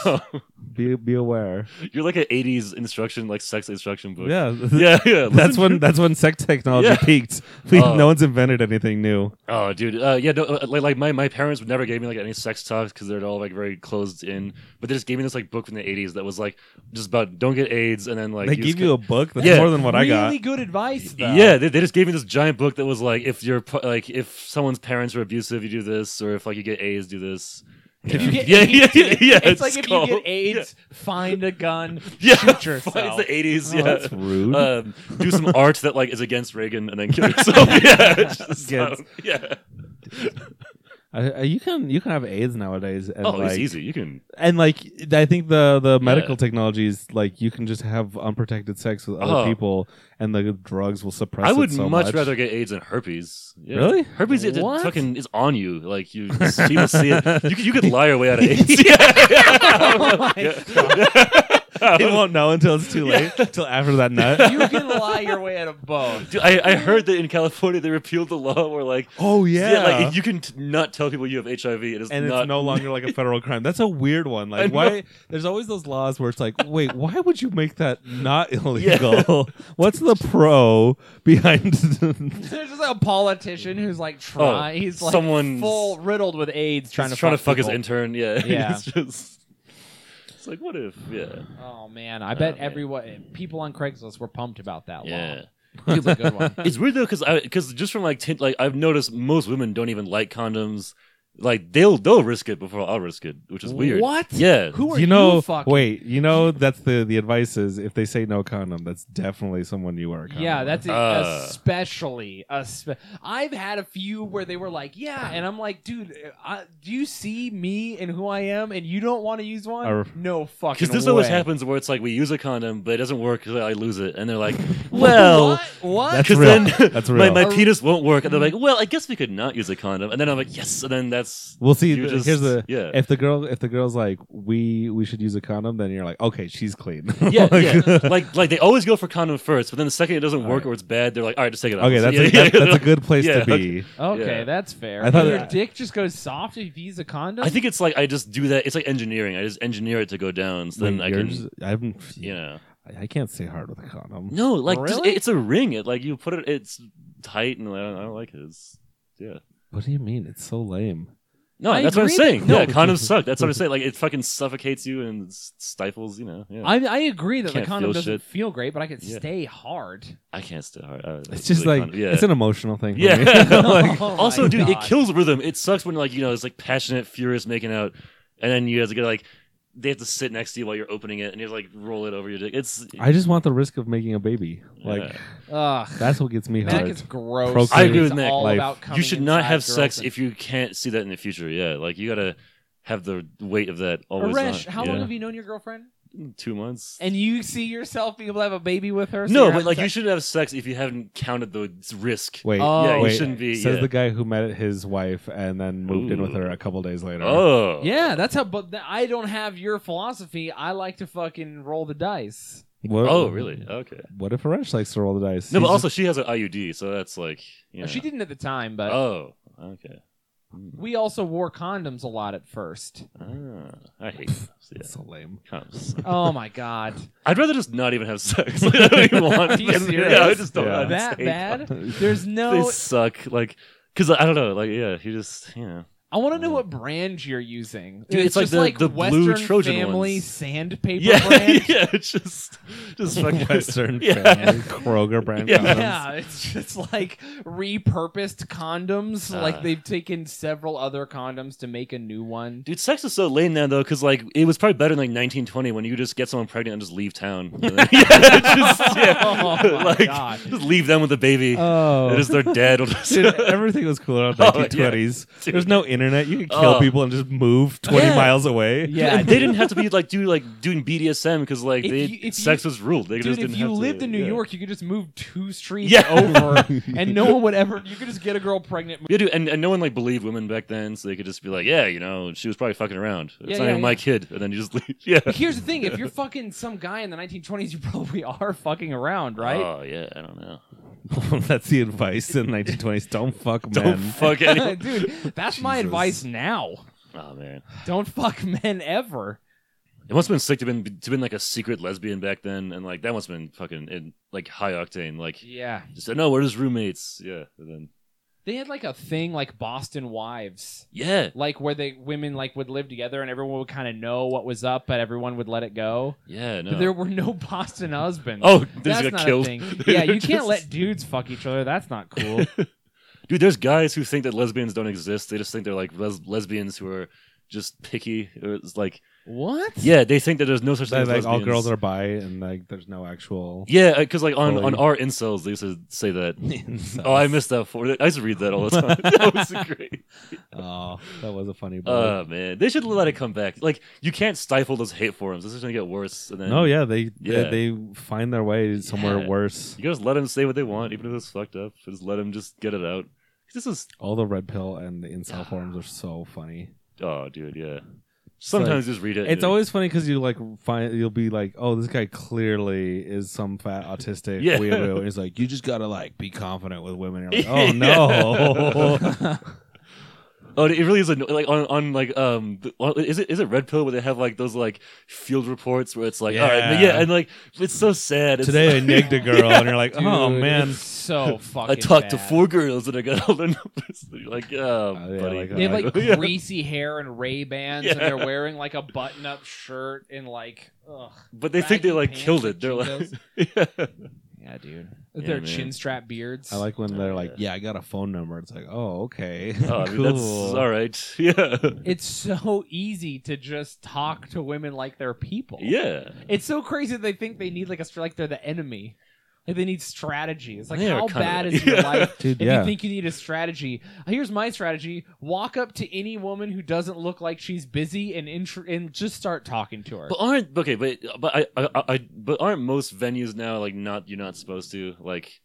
Speaker 3: be be aware.
Speaker 4: you're like an '80s instruction, like sex instruction book.
Speaker 3: Yeah.
Speaker 4: yeah, yeah.
Speaker 3: That's
Speaker 4: listen
Speaker 3: when that's when sex technology
Speaker 4: Yeah.
Speaker 3: peaked. We,
Speaker 4: Oh.
Speaker 3: No one's invented anything new.
Speaker 4: Oh, dude. Uh, yeah, no, uh, like, like my, my parents would never gave me like any sex talks because they're all like very closed in. But they just gave me this like book from the '80s that was like just about don't get AIDS, and then like
Speaker 3: they
Speaker 4: use
Speaker 3: give
Speaker 4: con-
Speaker 3: you a book. That's
Speaker 4: Yeah.
Speaker 3: more than what I
Speaker 2: really
Speaker 3: got.
Speaker 2: good advice though.
Speaker 4: Yeah, they, they just gave me this giant book that was like, if your pa- like if someone's parents were abusive, you do this, or if like you get A's, do this.
Speaker 2: If you get
Speaker 4: Yeah,
Speaker 2: AIDS,
Speaker 4: yeah, yeah, yeah,
Speaker 2: it's,
Speaker 4: it's
Speaker 2: like if
Speaker 4: called-
Speaker 2: you get AIDS, find a gun,
Speaker 4: Yeah,
Speaker 2: shoot
Speaker 4: it's
Speaker 2: yourself.
Speaker 4: the eighties.
Speaker 3: Oh,
Speaker 4: yeah,
Speaker 3: that's rude.
Speaker 4: Um, do some art that like is against Reagan, and then kill yourself. yeah, it's just,
Speaker 3: Gets-
Speaker 4: um, yeah.
Speaker 3: I, I- you can you can have AIDS nowadays, and
Speaker 4: Oh,
Speaker 3: like
Speaker 4: it's easy. You can.
Speaker 3: and like I think the the medical technology is like you can just have unprotected sex with other
Speaker 4: Oh.
Speaker 3: people, and the drugs will suppress.
Speaker 4: I
Speaker 3: it
Speaker 4: would
Speaker 3: so
Speaker 4: much, rather get AIDS than herpes. Yeah.
Speaker 3: Really?
Speaker 4: Herpes is
Speaker 2: What?
Speaker 4: fucking is on you. Like you, people see it. You could, you could lie your way out of AIDS. yeah.
Speaker 2: Oh my
Speaker 3: They won't know until it's too late, until after that
Speaker 2: God.
Speaker 3: nut.
Speaker 2: you can lie your way out of both.
Speaker 4: Dude, I, I heard that in California they repealed the law where like
Speaker 3: oh yeah,
Speaker 4: like you can t- not tell people you have HIV. It is
Speaker 3: and
Speaker 4: not.
Speaker 3: it's no longer like a federal crime. That's a weird one.
Speaker 4: I
Speaker 3: Like
Speaker 4: know.
Speaker 3: why? There's always those laws where it's like, wait, why would you make that not illegal? What's the pro behind?
Speaker 2: There's just like a politician who's like trying. he's like
Speaker 4: Oh, someone's-
Speaker 2: full riddled with AIDS, trying to
Speaker 4: trying trying
Speaker 2: fuck
Speaker 4: to fuck his
Speaker 2: people.
Speaker 4: intern. Yeah,
Speaker 2: Yeah.
Speaker 4: it's just. It's like what if? Yeah,
Speaker 2: Oh man, I bet
Speaker 4: man.
Speaker 2: everyone, people on Craigslist were pumped about that
Speaker 4: yeah.
Speaker 2: law. It's a good one.
Speaker 4: It's weird though, because I because just from like tin like I've noticed most women don't even like condoms. Like they'll they'll risk it before I'll risk it, which is weird.
Speaker 2: What?
Speaker 4: Yeah.
Speaker 2: Who are
Speaker 3: you know,
Speaker 2: fucking?
Speaker 3: wait, you know that's the the advice is if they say no condom, that's definitely someone you are. A condom
Speaker 2: Yeah,
Speaker 3: with.
Speaker 2: that's it.
Speaker 4: Uh.
Speaker 2: especially. Espe- I've had a few where they were like, "Yeah," and I'm like, "Dude, I, do you see me and who I am, and you don't want to use one?
Speaker 3: Or-
Speaker 2: no fucking
Speaker 4: Because this
Speaker 2: way."
Speaker 4: always happens where it's like we use a condom, but it doesn't work because I lose it, and they're like, "Well,
Speaker 2: what? what?
Speaker 3: That's
Speaker 4: Because
Speaker 3: real.
Speaker 4: then
Speaker 3: That's
Speaker 4: my,
Speaker 3: real.
Speaker 4: my penis won't work. And they're like, well, I guess we could not use a condom. And then I'm like, yes. And then that's.
Speaker 3: We'll see.
Speaker 4: you
Speaker 3: th-
Speaker 4: just-
Speaker 3: here's the
Speaker 4: yeah.
Speaker 3: if the girl if the girl's like we we should use a condom, then you're like okay, she's clean.
Speaker 4: Yeah, yeah. Like, like they always go for condom first, but then the second it doesn't work or it's bad, they're like, all right, just take it off.
Speaker 3: okay, that's
Speaker 4: yeah,
Speaker 3: a,
Speaker 4: yeah,
Speaker 3: that- that's a
Speaker 4: yeah.
Speaker 3: good place
Speaker 4: Yeah,
Speaker 3: to be.
Speaker 2: okay,
Speaker 4: Yeah.
Speaker 2: that's fair.
Speaker 3: I thought
Speaker 2: Your
Speaker 3: that-
Speaker 2: dick just goes soft if you use a condom.
Speaker 4: I think it's like I just do that. It's like engineering. I just engineer it to go down, so then
Speaker 3: Like,
Speaker 4: I
Speaker 3: you're
Speaker 4: can,
Speaker 3: just- I'm,
Speaker 4: you know.
Speaker 3: I I can't stay hard with a condom.
Speaker 4: No, like just-
Speaker 2: Really?
Speaker 4: it- it's a ring. It like you put it. It's tight, and I don't, I don't like it. It's, yeah.
Speaker 3: What do you mean? It's so lame.
Speaker 4: No,
Speaker 2: I
Speaker 4: that's what I'm
Speaker 2: agree.
Speaker 4: saying.
Speaker 2: No.
Speaker 4: Yeah, condoms suck. That's what I'm saying. Like it fucking suffocates you and s- stifles. You know. Yeah. I,
Speaker 2: I, I agree that the
Speaker 4: Can't
Speaker 2: condom
Speaker 4: feel
Speaker 2: doesn't
Speaker 4: shit.
Speaker 2: feel great, but I could
Speaker 4: Yeah.
Speaker 2: stay hard.
Speaker 4: can't stay hard. Uh,
Speaker 3: It's just
Speaker 4: the
Speaker 3: like
Speaker 4: condom- yeah.
Speaker 3: it's an emotional thing. for me.
Speaker 4: Yeah. like,
Speaker 2: Oh
Speaker 4: also,
Speaker 2: my
Speaker 4: dude, it
Speaker 2: God.
Speaker 4: kills rhythm. It sucks when like you know it's like passionate, furious making out, and then you guys gotta like they have to sit next to you while you're opening it, and you have to, like roll it over your dick. It's
Speaker 3: I just want the risk of making a baby. Like
Speaker 4: Yeah.
Speaker 2: Ugh,
Speaker 3: that's what gets me
Speaker 2: Mac
Speaker 3: hard.
Speaker 2: is gross.
Speaker 3: Procreate. I agree
Speaker 4: with
Speaker 2: It's
Speaker 4: Mac.
Speaker 2: all
Speaker 3: Life.
Speaker 2: about
Speaker 4: you
Speaker 2: coming
Speaker 4: should not
Speaker 2: inside
Speaker 4: have
Speaker 2: girls
Speaker 4: sex
Speaker 2: and-
Speaker 4: if you can't see that in the future. Yeah, like you gotta have the weight of that always.
Speaker 2: Arash,
Speaker 4: on.
Speaker 2: how
Speaker 4: yeah.
Speaker 2: long have you known your girlfriend?
Speaker 4: two months.
Speaker 2: And you see yourself being able to have a baby with her? so
Speaker 4: no,
Speaker 2: you're
Speaker 4: but
Speaker 2: having
Speaker 4: like you
Speaker 2: sex-
Speaker 4: should have sex if you haven't counted the risk.
Speaker 3: Wait,
Speaker 2: Oh,
Speaker 4: yeah, you
Speaker 3: wait.
Speaker 4: shouldn't be.
Speaker 3: says
Speaker 4: yeah.
Speaker 3: the guy who met his wife and then moved in with her a couple days later.
Speaker 4: oh,
Speaker 2: Yeah, that's how. But th- I don't have your philosophy. I like to fucking roll the dice.
Speaker 3: What-
Speaker 4: Oh, really? Okay.
Speaker 3: What if Arash likes to roll the dice?
Speaker 4: No, but
Speaker 3: He's
Speaker 4: also she has an IUD, so that's like you know.
Speaker 2: Oh, She didn't at the time, but
Speaker 4: Oh, okay. Mm.
Speaker 2: we also wore condoms a lot at first.
Speaker 4: Ah, I hate those.
Speaker 3: just-
Speaker 4: Yeah.
Speaker 3: so lame.
Speaker 4: Comes.
Speaker 2: Oh my god,
Speaker 4: I'd rather just not even have sex. Like, I don't even want.
Speaker 2: Are you
Speaker 4: them.
Speaker 2: serious?
Speaker 4: Yeah, I just don't.
Speaker 3: Yeah.
Speaker 4: I just
Speaker 2: that
Speaker 4: hate
Speaker 2: bad?
Speaker 4: them.
Speaker 2: There's
Speaker 4: They
Speaker 2: no.
Speaker 4: suck. Like, cause I don't know. Like, yeah, you just you know.
Speaker 2: I want to know what brand you're using.
Speaker 4: Dude, it's like
Speaker 2: just
Speaker 4: the-
Speaker 2: like
Speaker 4: the
Speaker 2: Western
Speaker 4: blue Trojan
Speaker 2: Family
Speaker 4: ones.
Speaker 2: sandpaper
Speaker 4: Yeah,
Speaker 2: brand.
Speaker 4: yeah. It's just just fucking
Speaker 3: Western
Speaker 4: Yeah.
Speaker 3: family Kroger brand.
Speaker 4: Yeah.
Speaker 3: condoms.
Speaker 2: Yeah, it's just like repurposed condoms. like
Speaker 4: Uh.
Speaker 2: they've taken several other condoms to make a new one.
Speaker 4: Dude, sex is so lame now though, because like it was probably better in like 1920 when you just get someone pregnant and just leave town. yeah, just, yeah.
Speaker 2: Oh my
Speaker 4: like,
Speaker 2: God.
Speaker 4: just leave them with the baby.
Speaker 3: Oh.
Speaker 4: It is their dead. Or just,
Speaker 3: Dude, everything was cool around
Speaker 4: Oh, yeah.
Speaker 3: 1920s.
Speaker 4: Dude.
Speaker 3: There's no internet. You could kill
Speaker 4: Oh.
Speaker 3: people and just move 20
Speaker 4: Yeah.
Speaker 3: miles away.
Speaker 2: Yeah,
Speaker 4: And they didn't have to be like do like doing BDSM because like
Speaker 2: If
Speaker 4: they
Speaker 2: you- if
Speaker 4: sex
Speaker 2: you-
Speaker 4: was ruled. They
Speaker 2: Dude,
Speaker 4: just didn't
Speaker 2: if you
Speaker 4: have to-
Speaker 2: lived in New
Speaker 4: yeah.
Speaker 2: York, you could just move two streets
Speaker 4: Yeah.
Speaker 2: over, and no one would ever. You could just get a girl pregnant.
Speaker 4: Yeah, dude, and, and no one like believed women back then, so they could just be like, yeah, you know, she was probably fucking around. It's
Speaker 2: Yeah,
Speaker 4: not
Speaker 2: yeah,
Speaker 4: even my
Speaker 2: yeah.
Speaker 4: kid, and then you just leave. Yeah.
Speaker 2: Here's the thing: if you're fucking some guy in the 1920s, you probably are fucking around, right?
Speaker 4: Oh yeah, I don't know.
Speaker 3: That's the advice in 1920s. Don't fuck men.
Speaker 4: Don't fuck anyone.
Speaker 2: Dude, that's my
Speaker 3: Jesus.
Speaker 2: advice now.
Speaker 4: oh man,
Speaker 2: Don't fuck men ever.
Speaker 4: it must have been sick to been to been like a secret lesbian back then, and like that must have been fucking in, like high octane. Like
Speaker 2: Yeah,
Speaker 4: just no, we're just roommates. Yeah, and then
Speaker 2: they had like a thing like Boston Wives,
Speaker 4: yeah,
Speaker 2: like where they women like would live together and everyone would kind of know what was up, but everyone would let it go.
Speaker 4: yeah, no.
Speaker 2: But there were no Boston husbands.
Speaker 4: oh, this
Speaker 2: that's
Speaker 4: got
Speaker 2: not
Speaker 4: killed.
Speaker 2: a thing. Yeah, you can't
Speaker 4: Just-
Speaker 2: let dudes fuck each other. That's not cool.
Speaker 4: Dude, there's guys who think that lesbians don't exist. They just think they're like les- lesbians who are just picky. Or it's like,
Speaker 2: what?
Speaker 4: yeah, they think that there's no such thing
Speaker 3: Like,
Speaker 4: as
Speaker 3: like, all
Speaker 4: lesbians.
Speaker 3: girls are bi and like there's no actual.
Speaker 4: Yeah, because like on,
Speaker 3: Fully.
Speaker 4: on our incels, they used to say that. Oh, I missed that for. I used to read that all the time. that was great.
Speaker 3: Oh, that was a funny.
Speaker 4: Oh
Speaker 3: book.
Speaker 4: man, they should let it come back. Like you can't stifle those hate forums. This is gonna get worse. And then
Speaker 3: no, yeah, they,
Speaker 4: Yeah.
Speaker 3: They, they find their way somewhere
Speaker 4: Yeah.
Speaker 3: worse.
Speaker 4: you can just let them say what they want, even if it's fucked up. Just let them just get it out. This is
Speaker 3: All the red pill and the incel forums are so funny.
Speaker 4: oh dude, yeah. Sometimes just read it. and
Speaker 3: It's
Speaker 4: you're
Speaker 3: always funny because you like find you'll be like, oh, this guy clearly is some fat autistic
Speaker 4: Yeah.
Speaker 3: weirdo. And he's like, you just gotta like be confident with women. And you're like, oh
Speaker 4: Yeah.
Speaker 3: no.
Speaker 4: Oh, it really is anno- like on, on like um the- on- is it is it Red Pill where they have like those like field reports where it's like all right
Speaker 3: Yeah.
Speaker 4: yeah and like it's so sad it's
Speaker 3: Today I
Speaker 4: like,
Speaker 3: nigged a girl, and you're like, oh
Speaker 2: Dude,
Speaker 3: man.
Speaker 2: it's so fucking.
Speaker 4: I talked to
Speaker 2: bad.
Speaker 4: four girls and I got all their numbers You're like oh
Speaker 3: Oh, yeah,
Speaker 4: buddy
Speaker 3: like
Speaker 2: They have like
Speaker 4: Yeah.
Speaker 2: greasy hair and Ray Bans, and
Speaker 4: Yeah.
Speaker 2: they're wearing like a button-up shirt and like. Ugh.
Speaker 4: but they think they
Speaker 2: baggy
Speaker 4: like
Speaker 2: pants
Speaker 4: killed
Speaker 2: and
Speaker 4: it they're like
Speaker 2: Cheetos.
Speaker 4: yeah.
Speaker 2: Yeah, dude.
Speaker 4: Yeah,
Speaker 2: Their
Speaker 4: man.
Speaker 2: chin strap beards.
Speaker 3: I like when they're
Speaker 4: Oh,
Speaker 3: like,
Speaker 4: yeah.
Speaker 3: yeah, I got a phone number. It's like, oh, okay.
Speaker 4: oh I mean,
Speaker 3: cool.
Speaker 4: that's all right yeah
Speaker 2: It's so easy to just talk to women like they're people.
Speaker 4: yeah
Speaker 2: It's so crazy that they think they need like a str- like they're the enemy. Like they need strategy. It's like
Speaker 4: They are
Speaker 2: how
Speaker 4: kinda-
Speaker 2: bad is your
Speaker 4: Yeah.
Speaker 2: life
Speaker 3: Dude,
Speaker 2: if
Speaker 3: yeah.
Speaker 2: you think you need a strategy. Here's my strategy: walk up to any woman who doesn't look like she's busy and intr- and just start talking to her.
Speaker 4: but aren't okay but but I, I, I- I but aren't most venues now like not you're not supposed to like.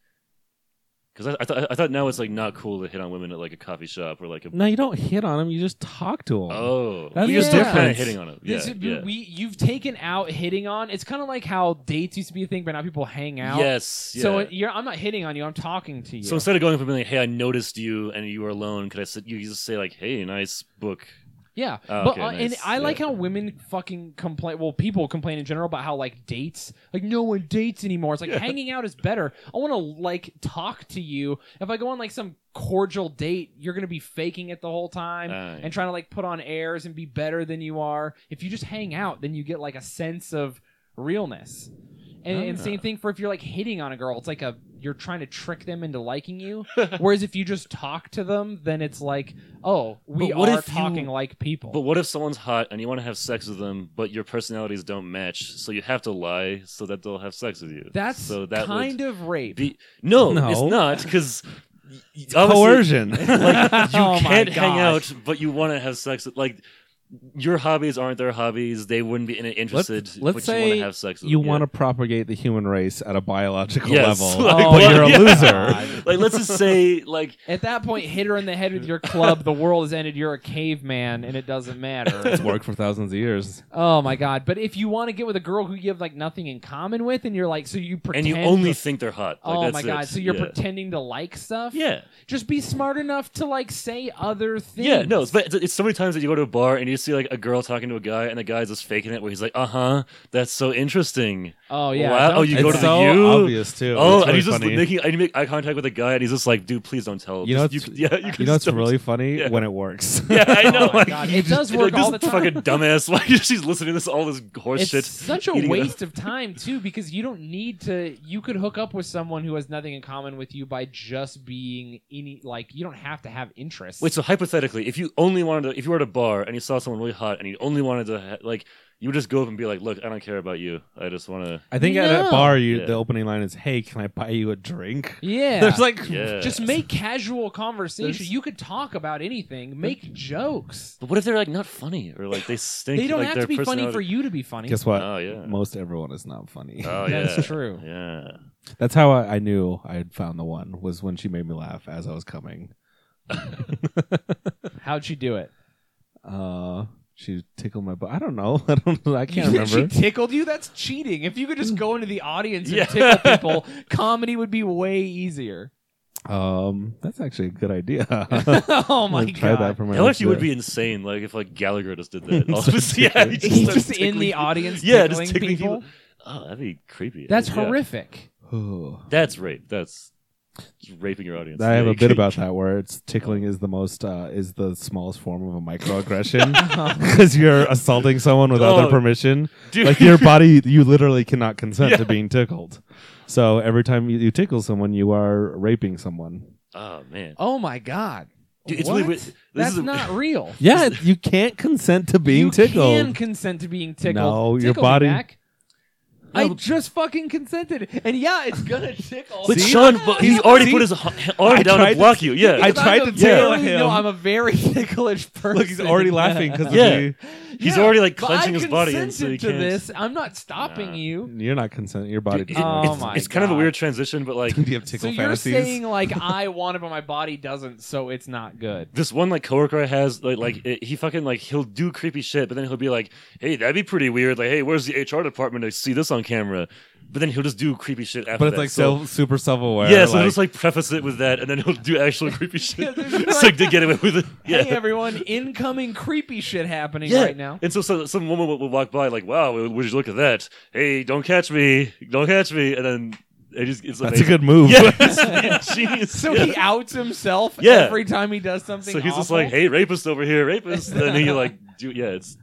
Speaker 4: Because I, I, thought, I thought now it's like not cool to hit on women at like a coffee shop or like a
Speaker 3: no, you don't hit on him. You just talk to him.
Speaker 4: Oh,
Speaker 3: That's
Speaker 4: you're
Speaker 2: the
Speaker 4: still
Speaker 2: difference.
Speaker 4: kind of hitting on him. Yeah,
Speaker 2: This-
Speaker 4: yeah.
Speaker 2: we you've taken out hitting on. It's kind of like how dates used to be a thing, but now people hang out.
Speaker 4: Yes. Yeah.
Speaker 2: So you're, I'm not hitting on you. I'm talking to you.
Speaker 4: So instead of going up and being like, "Hey, I noticed you and you were alone," could I sit? You just say like, "Hey, nice book."
Speaker 2: Yeah,
Speaker 4: Oh,
Speaker 2: but
Speaker 4: okay,
Speaker 2: uh, and
Speaker 4: nice.
Speaker 2: I like
Speaker 4: Yeah.
Speaker 2: how women fucking complain. Well, people complain in general about how like dates, like no one dates anymore. It's like hanging out is better. I want to like talk to you. If I go on like some cordial date, you're gonna be faking it the whole time
Speaker 4: Ah,
Speaker 2: and trying to like put on airs and be better than you are. If you just hang out, then you get like a sense of realness. And, and
Speaker 4: Ah.
Speaker 2: same thing for if you're like hitting on a girl, it's like a you're trying to trick them into liking you. Whereas if you just talk to them, then it's like, oh, we
Speaker 4: But what
Speaker 2: are
Speaker 4: if you-
Speaker 2: talking like people.
Speaker 4: But what if someone's hot and you want to have sex with them, but your personalities don't match, so you have to lie so that they'll have sex with you?
Speaker 2: That's
Speaker 4: so that
Speaker 2: kind of rape.
Speaker 4: would be no,
Speaker 3: No.
Speaker 4: it's not because
Speaker 3: Coercion.
Speaker 4: Like you
Speaker 2: Oh my
Speaker 4: can't hang
Speaker 2: gosh.
Speaker 4: out, but you want to have sex. Like your hobbies aren't their hobbies. They wouldn't be in it interested.
Speaker 3: Let's- let's
Speaker 4: but you want
Speaker 3: say
Speaker 4: to have sex. With
Speaker 3: You
Speaker 4: them, yeah.
Speaker 3: want to propagate the human race at a biological Oh,
Speaker 4: Yes.
Speaker 3: level,
Speaker 4: Like,
Speaker 3: but
Speaker 4: what?
Speaker 3: you're a
Speaker 4: Yeah.
Speaker 3: loser.
Speaker 4: like let's just say like
Speaker 2: Uh, At that point, hit her in the head with your club. The world has ended. You're a caveman, and it doesn't matter.
Speaker 3: It's worked for thousands of years.
Speaker 2: oh my god! But if you want to get with a girl who you have like nothing in common with, and you're like, so you
Speaker 4: and
Speaker 2: pretend.
Speaker 4: you only
Speaker 2: to-
Speaker 4: think they're hot. Like,
Speaker 2: oh
Speaker 4: that's
Speaker 2: my
Speaker 4: it.
Speaker 2: god! So you're
Speaker 4: yeah.
Speaker 2: pretending to like stuff.
Speaker 4: Yeah,
Speaker 2: Just be smart enough to like say other things.
Speaker 4: yeah, no. It's, but it's, it's so many times that you go to a bar and you see like a girl talking to a guy, and the guy's just faking it, where he's like, "Uh huh, that's so interesting."
Speaker 2: Oh yeah.
Speaker 4: Wow,
Speaker 2: don't-
Speaker 4: oh, you
Speaker 3: it's
Speaker 4: go to the
Speaker 3: so
Speaker 4: U?
Speaker 3: obvious too. It's
Speaker 4: Oh, and
Speaker 3: really
Speaker 4: he's just
Speaker 3: funny.
Speaker 4: making. I make eye contact with a guy, and he's just like, "Dude, please don't tell."
Speaker 3: You know,
Speaker 4: Just-
Speaker 3: it's-
Speaker 4: you, yeah, you, can
Speaker 3: you know,
Speaker 4: just
Speaker 3: it's
Speaker 4: don't-
Speaker 3: really funny
Speaker 4: Yeah.
Speaker 3: when it works.
Speaker 4: Yeah, I know.
Speaker 2: Oh my
Speaker 4: like,
Speaker 2: God,
Speaker 4: you
Speaker 2: it
Speaker 4: just-
Speaker 2: does
Speaker 4: you're
Speaker 2: work
Speaker 4: like,
Speaker 2: all
Speaker 4: this
Speaker 2: the time.
Speaker 4: Fucking dumbass! Like she's listening to this all this horse
Speaker 2: It's
Speaker 4: shit.
Speaker 2: such a
Speaker 4: eating it up.
Speaker 2: waste of time too, because you don't need to. You could hook up with someone who has nothing in common with you by just being any. Like you don't have to have interests.
Speaker 4: Wait, so hypothetically, if you only wanted to, if you were at a bar and you saw someone really hot and you only wanted to, ha- like, you would just go up and be like, look, I don't care about you. I just want to.
Speaker 3: I think at
Speaker 2: No.
Speaker 3: that bar, you
Speaker 4: Yeah.
Speaker 3: the opening line is, "Hey, can I buy you a drink?"
Speaker 2: yeah.
Speaker 3: There's like,
Speaker 4: Yeah.
Speaker 2: just make casual conversation.
Speaker 3: There's-
Speaker 2: you could talk about anything. Make jokes.
Speaker 4: But what if they're, like, not funny or, like, they stink?
Speaker 2: They don't
Speaker 4: like,
Speaker 2: have
Speaker 4: their
Speaker 2: to be funny for
Speaker 4: personality-
Speaker 2: you to be funny.
Speaker 3: guess what?
Speaker 4: Oh, yeah.
Speaker 3: Most everyone is not funny.
Speaker 4: Oh, yeah.
Speaker 2: That's true.
Speaker 4: Yeah.
Speaker 3: That's how I, I knew I had found the one was when she made me laugh as I was coming.
Speaker 2: How'd she do it?
Speaker 3: Uh, she tickled my butt. I don't know. I don't. I
Speaker 2: You
Speaker 3: can't
Speaker 2: think
Speaker 3: remember.
Speaker 2: She tickled you. That's cheating. If you could just go into the audience and
Speaker 4: Yeah.
Speaker 2: tickle people, comedy would be way easier.
Speaker 3: Um, that's actually a good idea.
Speaker 2: oh my
Speaker 3: try
Speaker 2: god.
Speaker 3: that for my
Speaker 4: That
Speaker 3: next
Speaker 4: actually would
Speaker 3: bit.
Speaker 4: be insane, like, if, like, Gallagher just did that. All of
Speaker 3: So
Speaker 4: a sudden- yeah,
Speaker 3: stupid.
Speaker 4: he just
Speaker 2: He's
Speaker 4: starts
Speaker 2: just in the
Speaker 4: tickling-
Speaker 2: audience
Speaker 4: Yeah,
Speaker 2: tickling,
Speaker 4: just tickling
Speaker 2: people.
Speaker 4: people. Oh, that'd be creepy.
Speaker 2: That's
Speaker 4: Yeah.
Speaker 2: horrific.
Speaker 3: Ooh.
Speaker 4: That's rape. That's just raping your audience.
Speaker 3: I have
Speaker 4: Yeah,
Speaker 3: a bit
Speaker 4: you can-
Speaker 3: about that where it's tickling is the most uh, is the smallest form of a microaggression
Speaker 2: Uh-huh.
Speaker 3: because you're assaulting someone without
Speaker 4: Oh.
Speaker 3: their permission.
Speaker 4: Dude.
Speaker 3: Like your body, you literally cannot consent to
Speaker 4: Yeah.
Speaker 3: being tickled. So every time you, you tickle someone, you are raping someone.
Speaker 4: Oh, man.
Speaker 2: oh my god.
Speaker 4: Dude, it's
Speaker 2: What?
Speaker 4: really weird. This
Speaker 2: That's
Speaker 4: is a-
Speaker 2: not real.
Speaker 3: Yeah, you can't consent to being
Speaker 2: you
Speaker 3: tickled.
Speaker 2: can consent to being tickled.
Speaker 3: No, your
Speaker 2: Tickle me
Speaker 3: body-
Speaker 2: back. I
Speaker 4: No, but-
Speaker 2: just fucking consented, and yeah, it's gonna tickle.
Speaker 4: But
Speaker 3: See?
Speaker 4: Sean, bu-
Speaker 3: He's-
Speaker 4: he's already
Speaker 3: see?
Speaker 4: put his h- arm
Speaker 3: I
Speaker 4: down
Speaker 3: tried
Speaker 4: to
Speaker 3: to-
Speaker 4: block you. Yeah.
Speaker 3: I
Speaker 2: Because
Speaker 3: tried
Speaker 2: I'm
Speaker 3: to
Speaker 2: a
Speaker 3: tickle
Speaker 2: very-
Speaker 3: him.
Speaker 2: No, I'm a very ticklish person.
Speaker 3: Look, he's already laughing because
Speaker 4: Yeah.
Speaker 3: you.
Speaker 4: He's
Speaker 2: Yeah,
Speaker 4: already like
Speaker 2: but
Speaker 4: clenching
Speaker 2: I
Speaker 4: his body, and so
Speaker 2: consented
Speaker 4: you
Speaker 2: to
Speaker 4: can't.
Speaker 2: this. I'm not stopping
Speaker 4: Nah.
Speaker 2: you.
Speaker 3: You're not consent. Your body.
Speaker 4: Dude, it-
Speaker 3: doesn't
Speaker 2: Oh
Speaker 4: it's
Speaker 3: consent.
Speaker 2: my
Speaker 4: it's kind of a
Speaker 2: God.
Speaker 4: weird transition, but like
Speaker 3: you have tickle
Speaker 2: so
Speaker 3: fantasies?
Speaker 2: you're saying like I want it, but my body doesn't, so it's not good.
Speaker 4: this one like coworker I has like
Speaker 3: Mm.
Speaker 4: like it, he fucking like he'll do creepy shit, but then he'll be like, "Hey, that'd be pretty weird." Like, "Hey, where's the HR department to see this on camera?" But then he'll just do creepy shit after
Speaker 3: but it's
Speaker 4: that.
Speaker 3: like so, super self-aware.
Speaker 4: yeah, so he'll
Speaker 3: like-
Speaker 4: just like preface it with that, and then he'll do actual creepy shit.
Speaker 2: they're just
Speaker 4: It's
Speaker 2: like-
Speaker 4: like to get away with it. Yeah.
Speaker 2: Hey everyone, incoming creepy shit happening
Speaker 4: yeah,
Speaker 2: right now.
Speaker 4: and so, so some woman will, will walk by like, "Wow, would you look at that? Hey, don't catch me, don't catch me!" And then it just, it's
Speaker 3: that's a
Speaker 4: amazing.
Speaker 3: good move.
Speaker 4: Yeah, it's genius.
Speaker 2: So
Speaker 4: yeah.
Speaker 2: he outs himself
Speaker 4: Yeah.
Speaker 2: every time he does something.
Speaker 4: So he's just
Speaker 2: awful?
Speaker 4: like, "Hey, rapist over here, rapist," and then he like, do, "Yeah, it's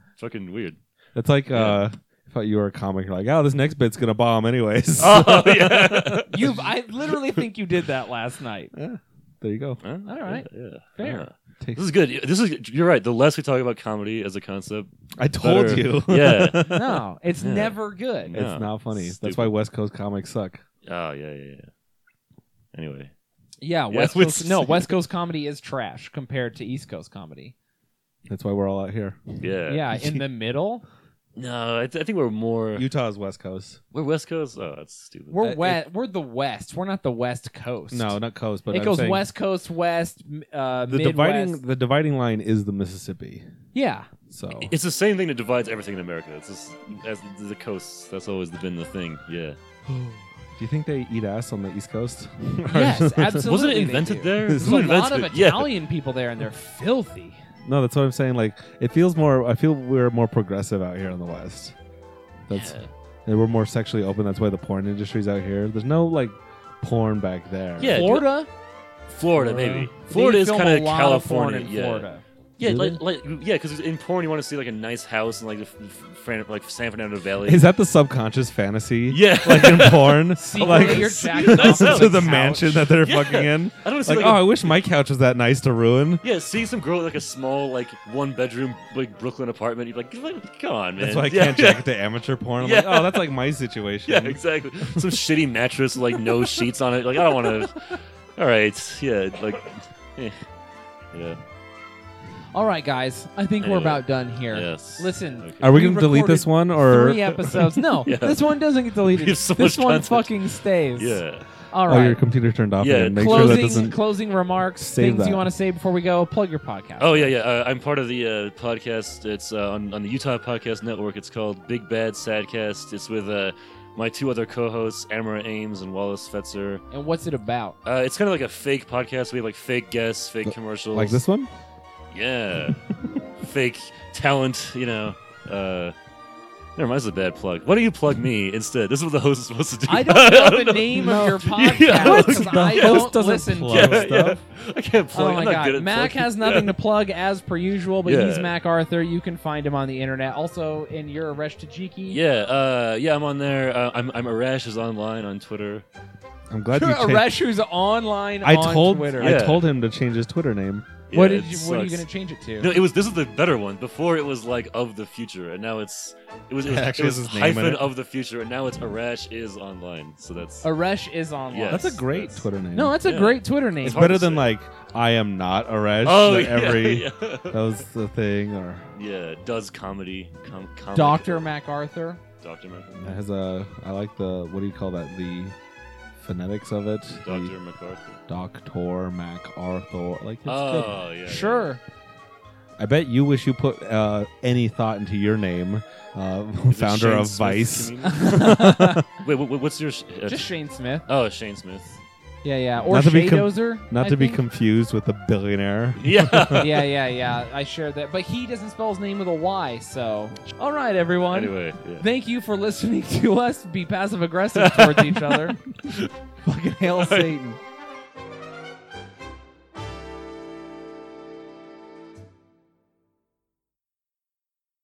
Speaker 4: fucking weird."
Speaker 3: That's like
Speaker 4: Yeah.
Speaker 3: uh, if you were a comic, you're like, oh, this next bit's gonna bomb anyways.
Speaker 4: Oh yeah.
Speaker 2: You've I literally think you did that last night.
Speaker 3: there you go.
Speaker 4: All
Speaker 2: right.
Speaker 4: Yeah.
Speaker 2: Fair.
Speaker 4: Yeah.
Speaker 3: Take-
Speaker 4: This is good. This is you're right. The less we talk about comedy as a concept,
Speaker 3: I told
Speaker 4: better.
Speaker 3: you.
Speaker 4: Yeah.
Speaker 2: No, it's
Speaker 4: Yeah.
Speaker 2: never good.
Speaker 4: Yeah.
Speaker 3: It's not funny. That's
Speaker 4: Stupid.
Speaker 3: why West Coast comics suck.
Speaker 4: oh yeah, yeah, yeah. Anyway,
Speaker 2: Yeah,
Speaker 4: Yeah,
Speaker 2: West
Speaker 4: it's-
Speaker 2: Coast No, West Coast comedy is trash compared to East Coast comedy.
Speaker 3: That's why we're all out here.
Speaker 4: yeah.
Speaker 2: Yeah, in the middle.
Speaker 4: No, I, th- I think we're more
Speaker 3: Utah is West Coast.
Speaker 4: we're West Coast. Oh, that's stupid.
Speaker 2: We're
Speaker 3: Uh,
Speaker 2: west, we're the West. We're not the West Coast.
Speaker 3: No, not coast, but
Speaker 2: it
Speaker 3: I'm
Speaker 2: goes
Speaker 3: saying
Speaker 2: West Coast, West, m- uh,
Speaker 3: The dividing
Speaker 2: Midwest.
Speaker 3: the dividing line is the Mississippi.
Speaker 2: Yeah,
Speaker 3: So
Speaker 4: It's the same thing that divides everything in America. It's just as the coasts. That's always been the thing. Yeah.
Speaker 3: do you think they eat ass on the East Coast?
Speaker 2: yes, absolutely.
Speaker 4: Wasn't it
Speaker 2: they
Speaker 4: invented
Speaker 2: do.
Speaker 4: there?
Speaker 2: There's
Speaker 3: There's
Speaker 2: a
Speaker 4: Who
Speaker 2: lot
Speaker 4: invented
Speaker 2: of
Speaker 4: it? Yeah.
Speaker 2: Italian people there, and they're filthy.
Speaker 3: no, that's what I'm saying. Like it feels more. I feel we're more progressive out here in the West. That's
Speaker 4: Yeah.
Speaker 3: and we're more sexually open. That's why the porn industry's out here. There's no like porn back there.
Speaker 4: Yeah, dude.
Speaker 2: Florida,
Speaker 4: Florida, maybe. Florida
Speaker 2: They
Speaker 4: is
Speaker 2: film
Speaker 4: kind of
Speaker 2: a lot of porn
Speaker 4: California.
Speaker 2: in
Speaker 4: yeah.
Speaker 2: Florida.
Speaker 4: Yeah,
Speaker 3: Do
Speaker 4: like, like yeah, because in porn you want to see like a nice house and like the f- Fran- like San Fernando Valley.
Speaker 3: Is that the subconscious fantasy?
Speaker 4: yeah,
Speaker 3: Like in porn,
Speaker 2: Secretly you're jacking off
Speaker 3: listen
Speaker 2: on
Speaker 3: to
Speaker 2: the
Speaker 3: the
Speaker 2: couch.
Speaker 3: mansion that they're
Speaker 4: Yeah.
Speaker 3: fucking in.
Speaker 4: I don't wanna see
Speaker 3: Like,
Speaker 4: like,
Speaker 3: oh,
Speaker 4: a-
Speaker 3: I wish my couch was that nice to ruin.
Speaker 4: yeah, seeing some girl at, like a small like one bedroom like Brooklyn apartment, you're like, like, come on, man.
Speaker 3: That's why I
Speaker 4: Yeah,
Speaker 3: can't
Speaker 4: yeah,
Speaker 3: jack it to amateur porn. I'm
Speaker 4: Yeah.
Speaker 3: like, oh, that's like my situation.
Speaker 4: Yeah, exactly. Some shitty mattress, like no sheets on it. Like I don't want to. All right, yeah, like, eh. yeah.
Speaker 2: All right, guys. I think we're
Speaker 4: Anyway.
Speaker 2: about done here.
Speaker 4: Yes.
Speaker 2: Listen,
Speaker 4: Okay.
Speaker 3: Are we,
Speaker 2: We
Speaker 3: going to delete this
Speaker 2: recorded
Speaker 3: one or?
Speaker 2: three episodes. No,
Speaker 4: Yeah.
Speaker 2: this one doesn't get deleted.
Speaker 4: We have so
Speaker 2: this
Speaker 4: much
Speaker 2: one
Speaker 4: content.
Speaker 2: fucking stays.
Speaker 4: Yeah.
Speaker 2: All
Speaker 3: Oh, your
Speaker 2: right.
Speaker 3: computer turned off.
Speaker 4: Yeah,
Speaker 3: again. Make sure that
Speaker 2: closing
Speaker 3: doesn't.
Speaker 2: closing remarks.
Speaker 3: Save
Speaker 2: Things
Speaker 3: that.
Speaker 2: you want to say before we go? Plug your podcast.
Speaker 4: Oh yeah, yeah. Uh, I'm part of the uh, podcast. It's uh, on, on the Utah Podcast Network. It's called Big Bad Sadcast. It's with uh, my two other co-hosts, Amara Ames and Wallace Fetzer.
Speaker 2: And what's it about?
Speaker 4: Uh, it's kind of like a fake podcast. We have like fake guests, fake
Speaker 3: Like
Speaker 4: commercials,
Speaker 3: Like this one?
Speaker 4: Yeah, fake talent. You know. Uh, never mind. This is a bad plug. Why don't you plug me instead? This is what the host is supposed to do.
Speaker 2: I don't know the name of your podcast.
Speaker 4: Yeah,
Speaker 3: What?
Speaker 2: 'cause
Speaker 3: The
Speaker 2: I
Speaker 3: host
Speaker 2: don't
Speaker 3: doesn't
Speaker 2: listen
Speaker 3: plug.
Speaker 2: to
Speaker 3: Yeah.
Speaker 2: it.
Speaker 4: I can't plug.
Speaker 2: Oh my
Speaker 4: I'm not good
Speaker 2: god.
Speaker 4: at
Speaker 2: Mac
Speaker 4: plugging.
Speaker 2: has nothing to plug as per usual, but he's
Speaker 4: Yeah.
Speaker 2: Mac Arthur. You can find him on the internet. Also in your Resh Tajiki.
Speaker 4: Yeah, uh, yeah, I'm on there. Uh, I'm I'm Arash is online on Twitter.
Speaker 3: I'm glad you
Speaker 2: You're a
Speaker 3: changed.
Speaker 2: Resh who's online
Speaker 3: I
Speaker 2: on
Speaker 3: told
Speaker 2: Twitter.
Speaker 3: I
Speaker 4: Yeah.
Speaker 3: told him to change his Twitter name.
Speaker 2: what
Speaker 4: Yeah,
Speaker 2: did
Speaker 4: it
Speaker 2: you, what are you
Speaker 4: sucks.
Speaker 2: going to change it to?
Speaker 4: No, it was this is the better one. Before it was like of the future, and now it's it was it was,
Speaker 3: Actually
Speaker 4: it was
Speaker 3: has his name in
Speaker 4: hyphen
Speaker 3: it.
Speaker 4: of the future, and now it's Arash is online. So that's
Speaker 2: Aresh is online.
Speaker 4: Yeah.
Speaker 3: That's a great
Speaker 4: that's-
Speaker 3: Twitter name.
Speaker 2: No, that's a
Speaker 4: Yeah.
Speaker 2: great Twitter name.
Speaker 4: It's
Speaker 3: it's
Speaker 4: hard
Speaker 3: better
Speaker 4: to
Speaker 3: than
Speaker 4: say.
Speaker 3: like I am not a rash.
Speaker 4: oh
Speaker 3: that
Speaker 4: yeah,
Speaker 3: every
Speaker 4: yeah.
Speaker 3: that was the thing, or
Speaker 4: Yeah, does comedy com- comedy
Speaker 2: Doctor MacArthur.
Speaker 4: Doctor Mac
Speaker 3: it has a. I like the what do you call that? The phonetics of it.
Speaker 4: Doctor MacArthur.
Speaker 3: Doctor Mac Arthur. Like it's good.
Speaker 4: Oh yeah,
Speaker 2: Sure.
Speaker 3: I bet you wish you put uh, any thought into your name, uh,
Speaker 4: yeah. Is it
Speaker 3: founder
Speaker 4: Shane
Speaker 3: of
Speaker 4: Smith
Speaker 3: Vice.
Speaker 4: comedian? Wait, what, what's your? Sh- uh,
Speaker 2: Just Shane Smith.
Speaker 4: oh, Shane Smith.
Speaker 2: Yeah, yeah. Or
Speaker 3: Not to be com-
Speaker 2: Shadozer.
Speaker 3: Not
Speaker 2: I
Speaker 3: to be
Speaker 2: think.
Speaker 3: confused with the billionaire.
Speaker 4: Yeah.
Speaker 2: yeah, yeah, yeah. I shared that. But he doesn't spell his name with a Y, so. All right, everyone.
Speaker 4: anyway, yeah.
Speaker 2: Thank you for listening to us be passive aggressive towards each other. Fucking hail Satan.